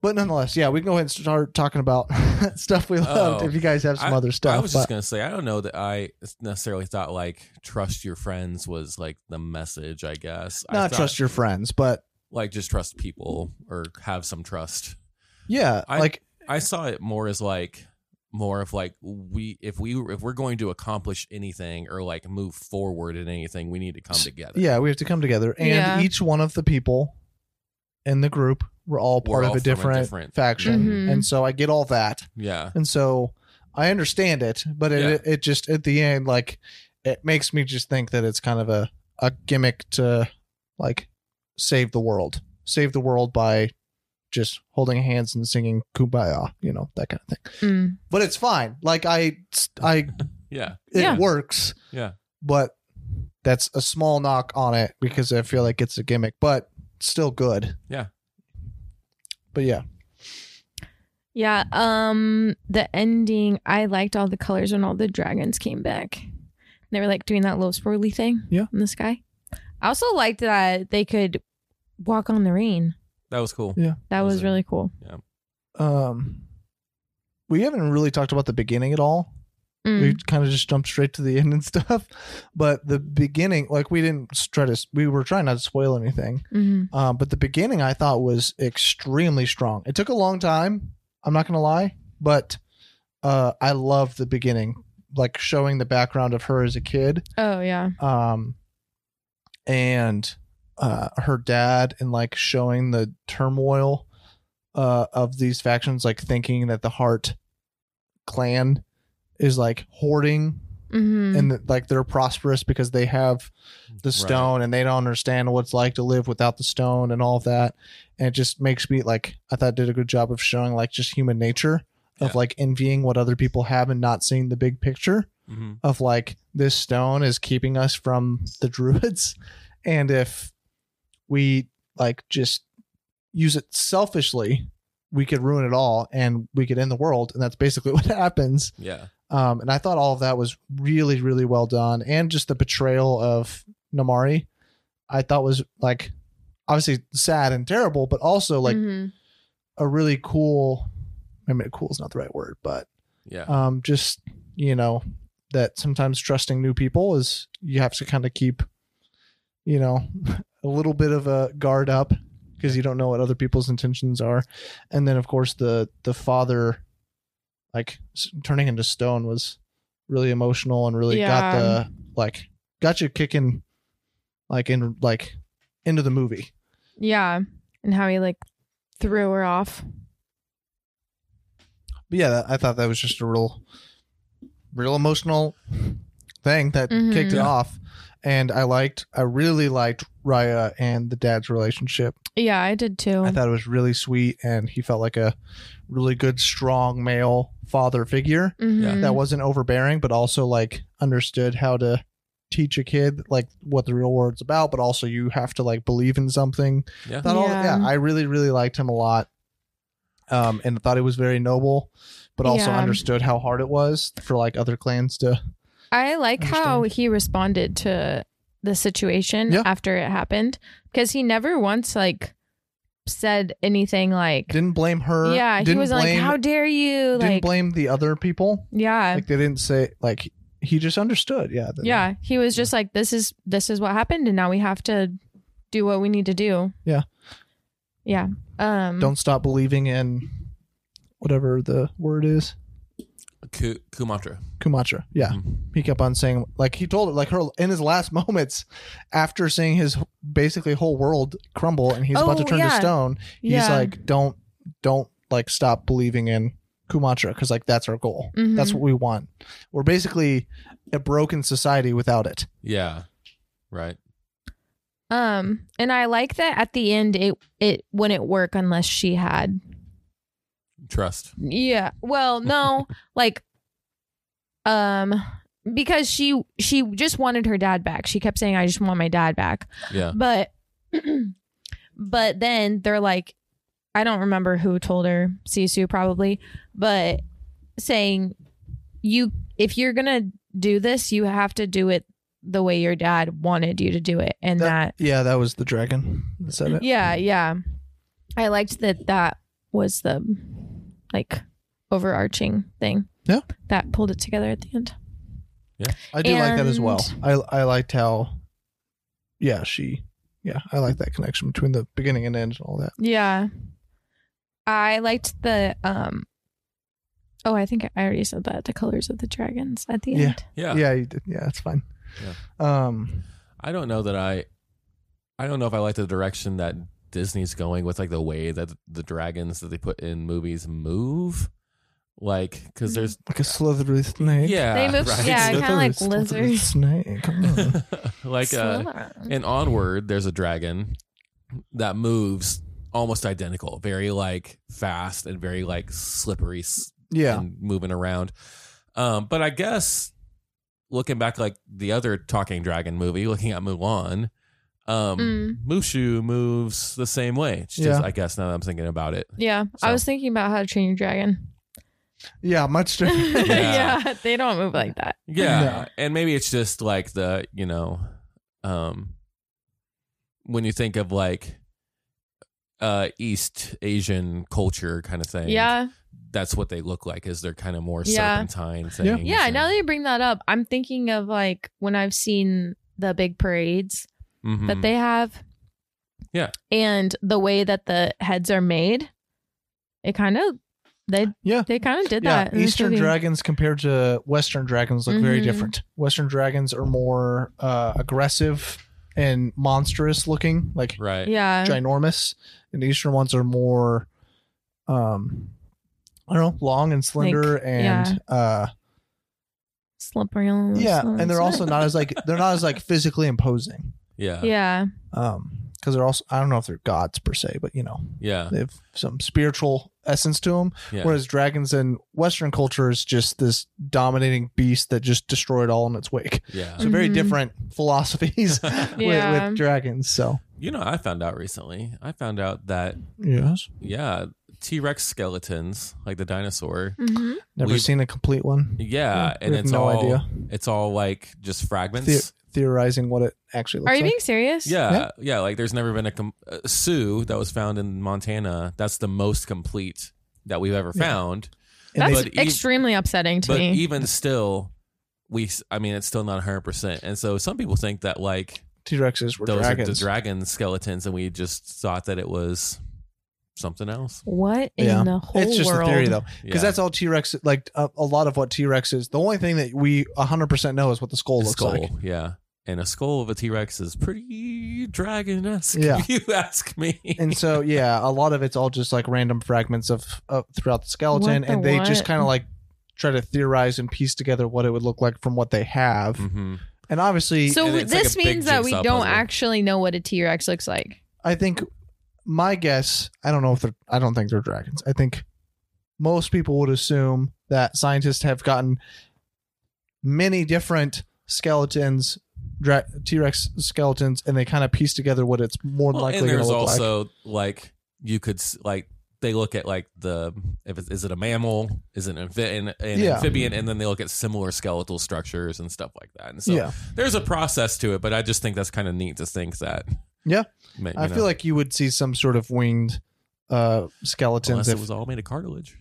Speaker 2: But nonetheless, yeah, we can go ahead and start talking about stuff we loved.
Speaker 3: Oh.
Speaker 2: if you guys have some
Speaker 3: I-
Speaker 2: other stuff,
Speaker 3: I was just
Speaker 2: but-
Speaker 3: going to say, I don't know that I necessarily thought like trust your friends was like the message, I guess. I
Speaker 2: not
Speaker 3: thought,
Speaker 2: trust your friends, but
Speaker 3: Like just trust people or have some trust.
Speaker 2: yeah,
Speaker 3: I-
Speaker 2: like
Speaker 3: I saw it more as like more of like we if we if we're going to accomplish anything or like move forward in anything, we need to come
Speaker 2: S-
Speaker 3: together.
Speaker 2: Yeah, we have to come together, and
Speaker 1: Yeah.
Speaker 2: each one of the people in the group were all
Speaker 3: We're
Speaker 2: part of
Speaker 3: all
Speaker 2: a
Speaker 3: from a
Speaker 2: different,
Speaker 3: different-
Speaker 2: faction,
Speaker 1: Mhm.
Speaker 2: and so I get all that,
Speaker 3: Yeah.
Speaker 2: and so I understand it, but it, it just at the end, like it makes me just think that it's kind of a a gimmick to like save the world, save the world by just holding hands and singing kumbaya, you know that kind of thing.
Speaker 1: Mm.
Speaker 2: But it's fine. Like I, I
Speaker 3: Yeah.
Speaker 2: it
Speaker 1: Yeah.
Speaker 2: works.
Speaker 3: Yeah.
Speaker 2: But that's a small knock on it because I feel like it's a gimmick, but still good.
Speaker 3: Yeah.
Speaker 2: But yeah.
Speaker 1: Yeah. Um, the ending, I liked all the colors when all the dragons came back. They were like doing that little swirly thing
Speaker 2: Yeah.
Speaker 1: in the sky. I also liked that they could walk on the rain.
Speaker 3: That was cool.
Speaker 1: That
Speaker 3: That was
Speaker 1: was
Speaker 3: a-
Speaker 1: really cool.
Speaker 2: Um we haven't really talked about the beginning at all.
Speaker 1: Mm.
Speaker 2: We kind of just jumped straight to the end and stuff. But the beginning, like we didn't try to we were trying not to spoil anything.
Speaker 1: Mhm.
Speaker 2: Um, but the beginning I thought was extremely strong. It took a long time. I'm not gonna lie, but uh, I loved the beginning, like showing the background of her as a kid,
Speaker 1: Oh, yeah.
Speaker 2: um, and uh, her dad, and like showing the turmoil uh, of these factions, like thinking that the Heart clan is like hoarding
Speaker 1: Mm-hmm.
Speaker 2: and that, like they're prosperous because they have the
Speaker 3: Right.
Speaker 2: stone and they don't understand what it's like to live without the stone and all of that and it just makes me like i thought it did a good job of showing like just human nature of
Speaker 3: Yeah.
Speaker 2: like envying what other people have and not seeing the big picture
Speaker 3: Mhm.
Speaker 2: of like this stone is keeping us from the druids and if we like just use it selfishly we could ruin it all and we could end the world and that's basically what happens
Speaker 3: Yeah.
Speaker 2: um, and I thought all of that was really, really well done. And just the portrayal of Namari, I thought was like obviously sad and terrible, but also like
Speaker 1: Mhm.
Speaker 2: a really cool. I mean, cool is not the right word, but
Speaker 3: Yeah.
Speaker 2: um, just, you know, that sometimes trusting new people is you have to kind of keep, you know, a little bit of a guard up because you don't know what other people's intentions are. And then, of course, the the father, like s- turning into stone, was really emotional and really got
Speaker 1: Yeah.
Speaker 2: the like got you kicking like in like into the movie.
Speaker 1: Yeah. And how he like threw her off.
Speaker 2: But yeah, that, I thought that was just a real, real emotional thing that
Speaker 1: Mhm.
Speaker 2: kicked it
Speaker 3: Yeah.
Speaker 2: off. And I liked, I really liked Raya and the dad's relationship.
Speaker 1: Yeah, I did too.
Speaker 2: I thought it was really sweet, and he felt like a really good, strong male father figure
Speaker 1: Mhm.
Speaker 2: that wasn't overbearing, but also like understood how to teach a kid like what the real world's about. But also, you have to like believe in something.
Speaker 3: Yeah.
Speaker 2: Thought all-
Speaker 1: Yeah.
Speaker 2: yeah, I really, really liked him a lot, um, and thought it was very noble, but also
Speaker 1: Yeah.
Speaker 2: understood how hard it was for like other clans to.
Speaker 1: I like how
Speaker 2: Understand.
Speaker 1: he responded to the situation
Speaker 2: Yeah.
Speaker 1: after it happened because he never once like said anything like
Speaker 2: Didn't blame her.
Speaker 1: yeah he
Speaker 2: didn't
Speaker 1: was like
Speaker 2: blame-
Speaker 1: how dare you
Speaker 2: Didn't
Speaker 1: like
Speaker 2: blame the other people.
Speaker 1: yeah
Speaker 2: Like they didn't say like he just understood. Yeah. that-
Speaker 1: yeah he was just like this is this is what happened and now we have to do what we need to do
Speaker 2: Yeah.
Speaker 1: yeah um
Speaker 2: don't stop believing in whatever the word is
Speaker 3: Ku- Kumatra.
Speaker 2: kumatra yeah
Speaker 3: Mhm.
Speaker 2: he kept on saying like he told her like her in his last moments after seeing his basically whole world crumble and he's about to
Speaker 1: Oh,
Speaker 2: turn to
Speaker 1: yeah.
Speaker 2: stone he's
Speaker 1: yeah.
Speaker 2: like don't don't like stop believing in kumatra because like that's our goal
Speaker 1: Mhm.
Speaker 2: that's what we want we're basically a broken society without it
Speaker 3: Yeah. Right.
Speaker 1: um and i like that at the end it it wouldn't work unless she had
Speaker 3: Trust.
Speaker 1: Yeah. Well, no, like um because she she just wanted her dad back. She kept saying I just want my dad back.
Speaker 3: Yeah.
Speaker 1: But but then they're like I don't remember who told her, Sisu probably, but saying you if you're going to do this, you have to do it the way your dad wanted you to do it and that
Speaker 2: yeah that was the dragon that said it
Speaker 1: yeah, yeah. I liked that that was the like overarching thing.
Speaker 2: Yeah.
Speaker 1: That pulled it together at the end.
Speaker 2: i do like that as well
Speaker 1: And-
Speaker 2: i i liked how yeah she yeah i like that connection between the beginning and end and all that
Speaker 1: Yeah. I liked the um Oh, I think I already said that. The colors of the dragons at the
Speaker 2: Yeah.
Speaker 1: end.
Speaker 3: Yeah.
Speaker 2: Yeah, you did. Yeah, it's fine. Um,
Speaker 3: I don't know that I. I don't know if I like the direction that Disney's going with like the way that the dragons that they put in movies move, like because there's
Speaker 2: like a slithery snake.
Speaker 3: yeah
Speaker 1: They move-
Speaker 3: right.
Speaker 1: yeah, kinda like
Speaker 2: Slithery, slithery
Speaker 1: lizard.
Speaker 2: snake. Come on.
Speaker 3: like uh,
Speaker 1: Slytherin.
Speaker 3: in Onward, there's a dragon that moves almost identical, very like fast and very like slippery s-
Speaker 2: yeah,
Speaker 3: and moving around. Um, but I guess looking back, like the other talking dragon movie, looking at Mulan, um,
Speaker 1: Mm.
Speaker 3: Mushu moves the same way. It's just,
Speaker 2: Yeah.
Speaker 3: I guess now that I'm thinking about it,
Speaker 1: yeah. I
Speaker 3: so-
Speaker 1: was thinking about how to train your dragon.
Speaker 2: yeah, much different.
Speaker 3: Yeah.
Speaker 1: yeah. They don't move like that.
Speaker 3: yeah,
Speaker 2: No.
Speaker 3: and maybe it's just like the you know, um, when you think of like uh East Asian culture kind of thing,
Speaker 1: Yeah.
Speaker 3: that's what they look like. Is they're kind of more
Speaker 1: Yeah.
Speaker 3: serpentine
Speaker 2: Yeah.
Speaker 3: things.
Speaker 1: Yeah,
Speaker 3: and-
Speaker 1: now that you bring that up, I'm thinking of like when I've seen the big parades
Speaker 3: Mhm.
Speaker 1: that they have.
Speaker 3: Yeah.
Speaker 1: And the way that the heads are made, it kind of they
Speaker 2: Yeah.
Speaker 1: they kind of did
Speaker 2: yeah,
Speaker 1: that. in this
Speaker 2: Eastern
Speaker 1: movie.
Speaker 2: dragons compared to Western dragons look very
Speaker 1: Mhm.
Speaker 2: different. Western dragons are more uh, aggressive and monstrous looking, like
Speaker 3: right.
Speaker 1: Yeah.
Speaker 2: ginormous, and the Eastern ones are more, um, I don't know, long and slender
Speaker 1: Like,
Speaker 2: and uh,
Speaker 1: Slippery. on the
Speaker 2: yeah,
Speaker 1: slopes.
Speaker 2: and they're also not as like they're not as like physically imposing.
Speaker 3: Yeah.
Speaker 1: Yeah.
Speaker 2: um because they're also i don't know if they're gods per se but you know
Speaker 3: Yeah.
Speaker 2: they have some spiritual essence to them
Speaker 3: Yeah.
Speaker 2: whereas dragons in western culture is just this dominating beast that just destroyed all in its wake
Speaker 3: Yeah.
Speaker 2: so very
Speaker 1: Mhm.
Speaker 2: different philosophies with,
Speaker 1: Yeah.
Speaker 2: with dragons so
Speaker 3: You know, I found out recently. I found out that
Speaker 2: yes
Speaker 3: yeah, T Rex skeletons, like the dinosaur.
Speaker 1: Mhm.
Speaker 2: never
Speaker 3: We've-
Speaker 2: seen a complete one
Speaker 3: Yeah,
Speaker 2: Yeah,
Speaker 3: and
Speaker 2: Hmm, we have
Speaker 3: it's
Speaker 2: no
Speaker 3: all
Speaker 2: idea.
Speaker 3: it's all like just fragments.
Speaker 2: The- theorizing what it actually looks
Speaker 1: Are you
Speaker 2: like
Speaker 1: being serious?
Speaker 3: yeah, yeah, Like there's never been a com- uh, Sioux that was found in Montana. That's the most complete that we've ever
Speaker 2: Yeah.
Speaker 3: found.
Speaker 2: and e-
Speaker 1: That's
Speaker 3: But ev-
Speaker 1: extremely upsetting to
Speaker 3: But e-
Speaker 1: me.
Speaker 3: even still, we s- I mean, it's still not 100. percent And so some people think that like
Speaker 2: they, t-rexes were
Speaker 3: those
Speaker 2: dragons
Speaker 3: are the dragon skeletons, and we just thought that it was something else.
Speaker 1: what in
Speaker 2: Yeah.
Speaker 1: the whole
Speaker 2: it's just
Speaker 1: world?
Speaker 2: a theory though
Speaker 3: Yeah.
Speaker 2: because that's all t-rex like a, a lot of what t-rex is the only thing that we 100% know is what the skull
Speaker 3: The
Speaker 2: looks
Speaker 3: skull,
Speaker 2: like
Speaker 3: yeah. and a skull of a T Rex is pretty dragon esque.
Speaker 2: Yeah.
Speaker 3: If you ask me.
Speaker 2: and so yeah, a lot of it's all just like random fragments of uh, throughout the skeleton,
Speaker 1: What the
Speaker 2: and they just
Speaker 1: what?
Speaker 2: kind of like try to theorize and piece together what it would look like from what they have.
Speaker 3: hmm
Speaker 2: And obviously,
Speaker 1: So
Speaker 3: And
Speaker 1: w-
Speaker 3: it's like
Speaker 1: this
Speaker 3: a big
Speaker 1: means that we
Speaker 3: jigsaw
Speaker 1: don't
Speaker 3: puzzle.
Speaker 1: actually know what a T Rex looks like.
Speaker 2: I think my guess, I don't know if they're, I don't think they're dragons. I think most people would assume that scientists have gotten many different skeletons, dra- T Rex skeletons, and they kind of piece together what it's more than
Speaker 3: Well,
Speaker 2: likely
Speaker 3: and
Speaker 2: going to
Speaker 3: there's
Speaker 2: look like.
Speaker 3: also like. you could s- like they look at like the if it's, is it a mammal is it an, amphi- an, an
Speaker 2: Yeah.
Speaker 3: amphibian and then they look at similar skeletal structures and stuff like that and so
Speaker 2: yeah,
Speaker 3: there's a process to it but i just think that's kind of neat to think that
Speaker 2: Yeah.
Speaker 3: ma- you
Speaker 2: I
Speaker 3: know,
Speaker 2: feel like you would see some sort of winged uh, skeletons.
Speaker 3: unless
Speaker 2: If,
Speaker 3: it was all made of cartilage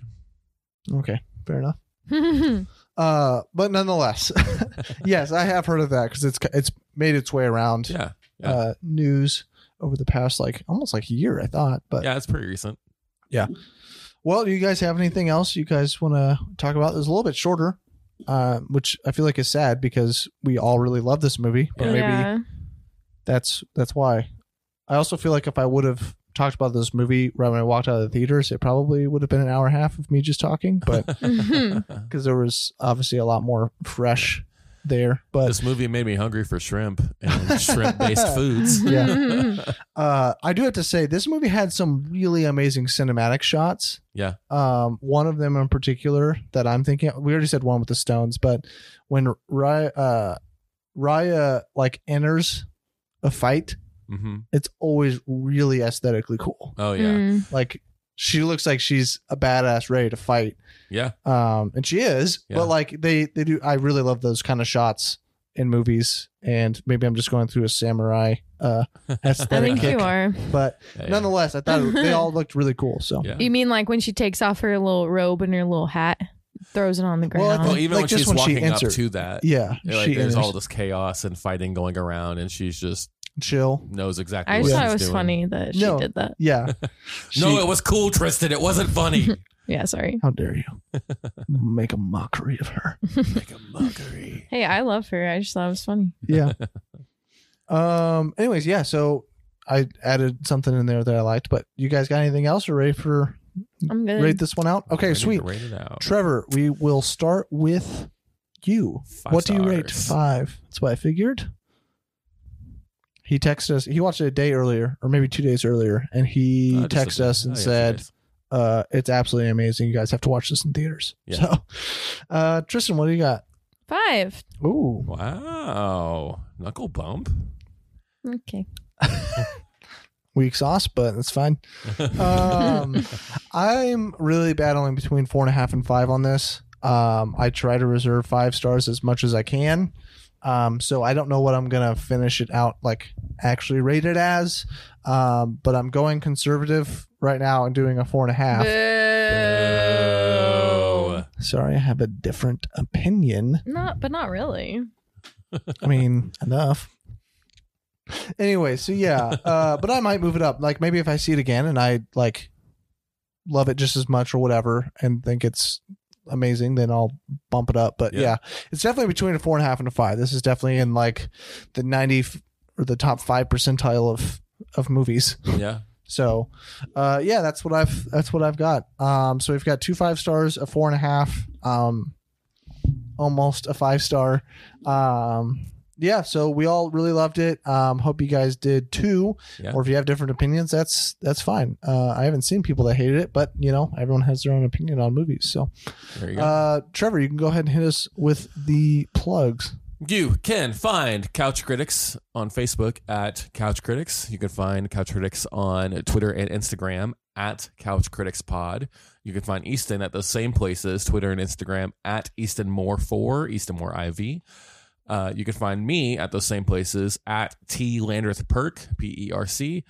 Speaker 2: okay, fair enough.
Speaker 1: That's
Speaker 2: Uh, but nonetheless, yes, I have heard of that because it's it's made its way around
Speaker 3: yeah Yeah.
Speaker 2: uh, news over the past like almost like a year, I thought. But
Speaker 3: yeah it's pretty recent
Speaker 2: Well, do you guys have anything else you guys want to talk about? It's a little bit shorter, uh, which I feel like is sad because we all really love this movie, but
Speaker 3: Yeah.
Speaker 2: maybe that's that's why. I also feel like if I would have talked about this movie right when I walked out of the theaters, it probably would have been an hour and a half of me just talking, but because there was obviously a lot more fresh there. But
Speaker 3: this movie made me hungry for shrimp and shrimp based foods
Speaker 2: Yeah.
Speaker 3: Oh,
Speaker 2: uh, I do have to say, this movie had some really amazing cinematic shots.
Speaker 3: yeah
Speaker 2: um, one of them in particular that I'm thinking. We already said one with the stones, but when Raya, uh, Raya like enters a fight,
Speaker 3: hmm
Speaker 2: it's always really aesthetically cool.
Speaker 3: oh yeah
Speaker 1: Mm.
Speaker 2: Like she looks like she's a badass ready to fight,
Speaker 3: yeah
Speaker 2: um, and she is.
Speaker 3: Yeah.
Speaker 2: But like they they do, I really love those kind of shots in movies. And maybe I'm just going through a samurai uh,
Speaker 1: I
Speaker 2: aesthetic
Speaker 1: think
Speaker 2: kick,
Speaker 1: you are.
Speaker 2: but
Speaker 3: Yeah, yeah.
Speaker 2: nonetheless, I thought they all looked really cool. So.
Speaker 3: Yeah.
Speaker 1: You mean like when she takes off her little robe and her little hat, throws it on the
Speaker 2: Well, I
Speaker 1: ground?
Speaker 3: well even
Speaker 2: Like
Speaker 3: when
Speaker 2: just
Speaker 3: she's
Speaker 2: when she
Speaker 3: walking up
Speaker 2: entered.
Speaker 3: to that
Speaker 2: Yeah,
Speaker 3: like,
Speaker 2: she
Speaker 3: there's
Speaker 2: enters.
Speaker 3: all this chaos and fighting going around and she's just
Speaker 2: chill.
Speaker 3: knows exactly
Speaker 1: I just
Speaker 3: what
Speaker 1: thought
Speaker 3: she's
Speaker 1: it was
Speaker 3: doing.
Speaker 1: funny that she
Speaker 2: No.
Speaker 1: did that.
Speaker 2: Yeah.
Speaker 3: no,
Speaker 2: She-
Speaker 3: it was cool, Tristan. It wasn't funny.
Speaker 1: Yeah, sorry.
Speaker 2: How dare you make a mockery of her?
Speaker 3: like a mockery.
Speaker 1: Hey, I love her. I just thought it was funny.
Speaker 2: Yeah. um. Anyways, yeah. So I added something in there that I liked, but you guys got anything else or ready for
Speaker 1: I'm good.
Speaker 2: rate this one out? Okay, sweet.
Speaker 3: Rate it out.
Speaker 2: Trevor, we will start with you.
Speaker 3: Five
Speaker 2: what do you rate?
Speaker 3: stars.
Speaker 2: Five. That's what I figured. He texted us. He watched it a day earlier, or maybe two days earlier, and he
Speaker 3: Uh, just
Speaker 2: texted
Speaker 3: a bit.
Speaker 2: us and
Speaker 3: Oh, yeah,
Speaker 2: said,
Speaker 3: two
Speaker 2: uh, "It's absolutely amazing. You guys have to watch this in theaters."
Speaker 3: Yeah.
Speaker 2: So, uh, Tristan, what do you got?
Speaker 1: Five.
Speaker 2: Ooh,
Speaker 3: days. "Wow, knuckle bump."
Speaker 1: Okay.
Speaker 2: weak sauce, but it's fine. Um, I'm really battling between four and a half and five on this. Um, I try to reserve five stars as much as I can. Um, so I don't know what I'm gonna finish it out like actually rate it as. Um, but I'm going conservative right now and doing a four and a half.
Speaker 1: Boo.
Speaker 2: Sorry, I have a different opinion.
Speaker 1: Not, but not really.
Speaker 2: I mean, enough. Anyway, so yeah, uh, but I might move it up. Like maybe if I see it again and I like love it just as much or whatever, and think it's amazing, then I'll bump it up. But yeah,
Speaker 3: Yeah.
Speaker 2: it's definitely between a four and a half and a five. This is definitely in like the ninety f- or the top five percentile of of movies.
Speaker 3: Yeah,
Speaker 2: So, uh, yeah, that's what I've that's what I've got. Um, so we've got two five stars, a four and a half, um, almost a five star. Um, yeah, so we all really loved it. Um, hope you guys did too.
Speaker 3: Yeah.
Speaker 2: Or if you have different opinions, that's that's fine. Uh, I haven't seen people that hated it, but you know, everyone has their own opinion on movies. So,
Speaker 3: there you go.
Speaker 2: uh, Trevor, you can go ahead and hit us with the plugs.
Speaker 3: You can find Couch Critics on Facebook at Couch Critics. You can find Couch Critics on Twitter and Instagram at Couch Critics Pod. You can find Easton at those same places, Twitter and Instagram at Easton Moore 4, Easton Moore IV. Uh, you can find me at those same places at T Landreth Perk, P E R C.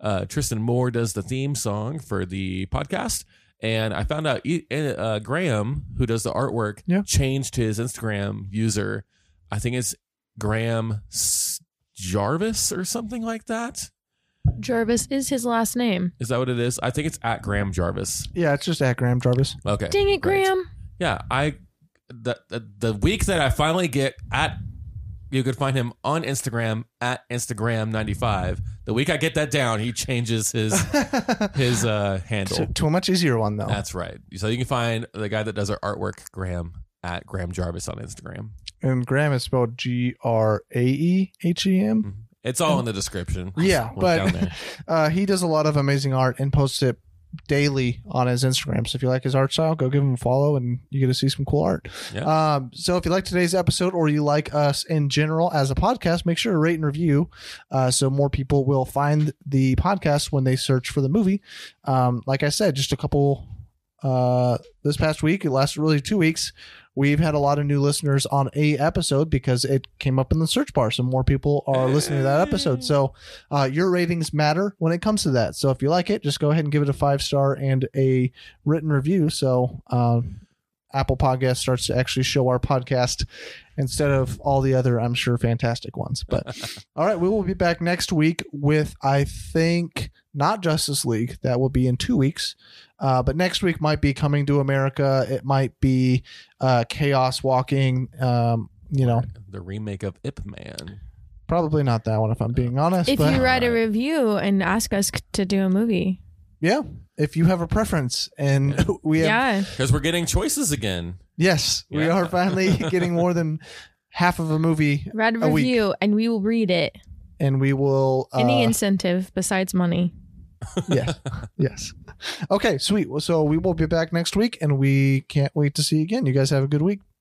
Speaker 3: Uh, Tristan Moore does the theme song for the podcast. And I found out E- uh, Graham, who does the artwork,
Speaker 2: Yeah.
Speaker 3: changed his Instagram user. I think it's Graham S- Jarvis or something like that.
Speaker 1: Jarvis is his last name.
Speaker 3: Is that what it is? I think it's at Graham Jarvis.
Speaker 2: Yeah, it's just at Graham Jarvis.
Speaker 3: Okay.
Speaker 1: Dang it,
Speaker 3: great.
Speaker 1: Graham.
Speaker 3: Yeah, I the, the the week that I finally get at You could find him on Instagram at Instagram95. The week I get that down, he changes his his uh, handle.
Speaker 2: to, to a much easier one though.
Speaker 3: That's right. So you can find the guy that does our artwork, Graham, at Graham Jarvis on Instagram.
Speaker 2: and Graham is spelled G R A E H E M.
Speaker 3: It's all in the description.
Speaker 2: Yeah,
Speaker 3: Look
Speaker 2: but-
Speaker 3: down there.
Speaker 2: Uh, he does a lot of amazing art and posts it daily on his Instagram. So if you like his art style, go give him a follow and you get to see some cool art.
Speaker 3: Yeah.
Speaker 2: Um, so if you like today's episode or you like us in general as a podcast, make sure to rate and review uh, so more people will find the podcast when they search for the movie. Um, like I said, just a couple uh, this past week, it lasted really two weeks. We've had a lot of new listeners on a episode because it came up in the search bar. So more people are listening to that episode. So uh, your ratings matter when it comes to that. So if you like it, just go ahead and give it a five star and a written review. So um, Apple Podcast starts to actually show our podcast instead of all the other, I'm sure, fantastic ones. But all right, we will be back next week with, I think, not Justice League. That will be in two weeks. Uh, but next week might be Coming to America. It might be uh, Chaos Walking. Um, you know,
Speaker 3: the remake of Ip Man.
Speaker 2: probably not that one if I'm being honest.
Speaker 1: If
Speaker 2: but
Speaker 1: you write a review and ask us c- to do a movie,
Speaker 2: Yeah. If you have a preference and we have
Speaker 1: yeah,
Speaker 3: Because we're getting choices again.
Speaker 2: yes, we
Speaker 3: Yeah.
Speaker 2: are finally getting more than half of a movie
Speaker 1: write a
Speaker 2: A week.
Speaker 1: review and we will read it.
Speaker 2: and we will uh,
Speaker 1: Any incentive besides money.
Speaker 2: yes. Yes. Okay, sweet. Well, So we will be back next week and we can't wait to see you again. You guys have a good week.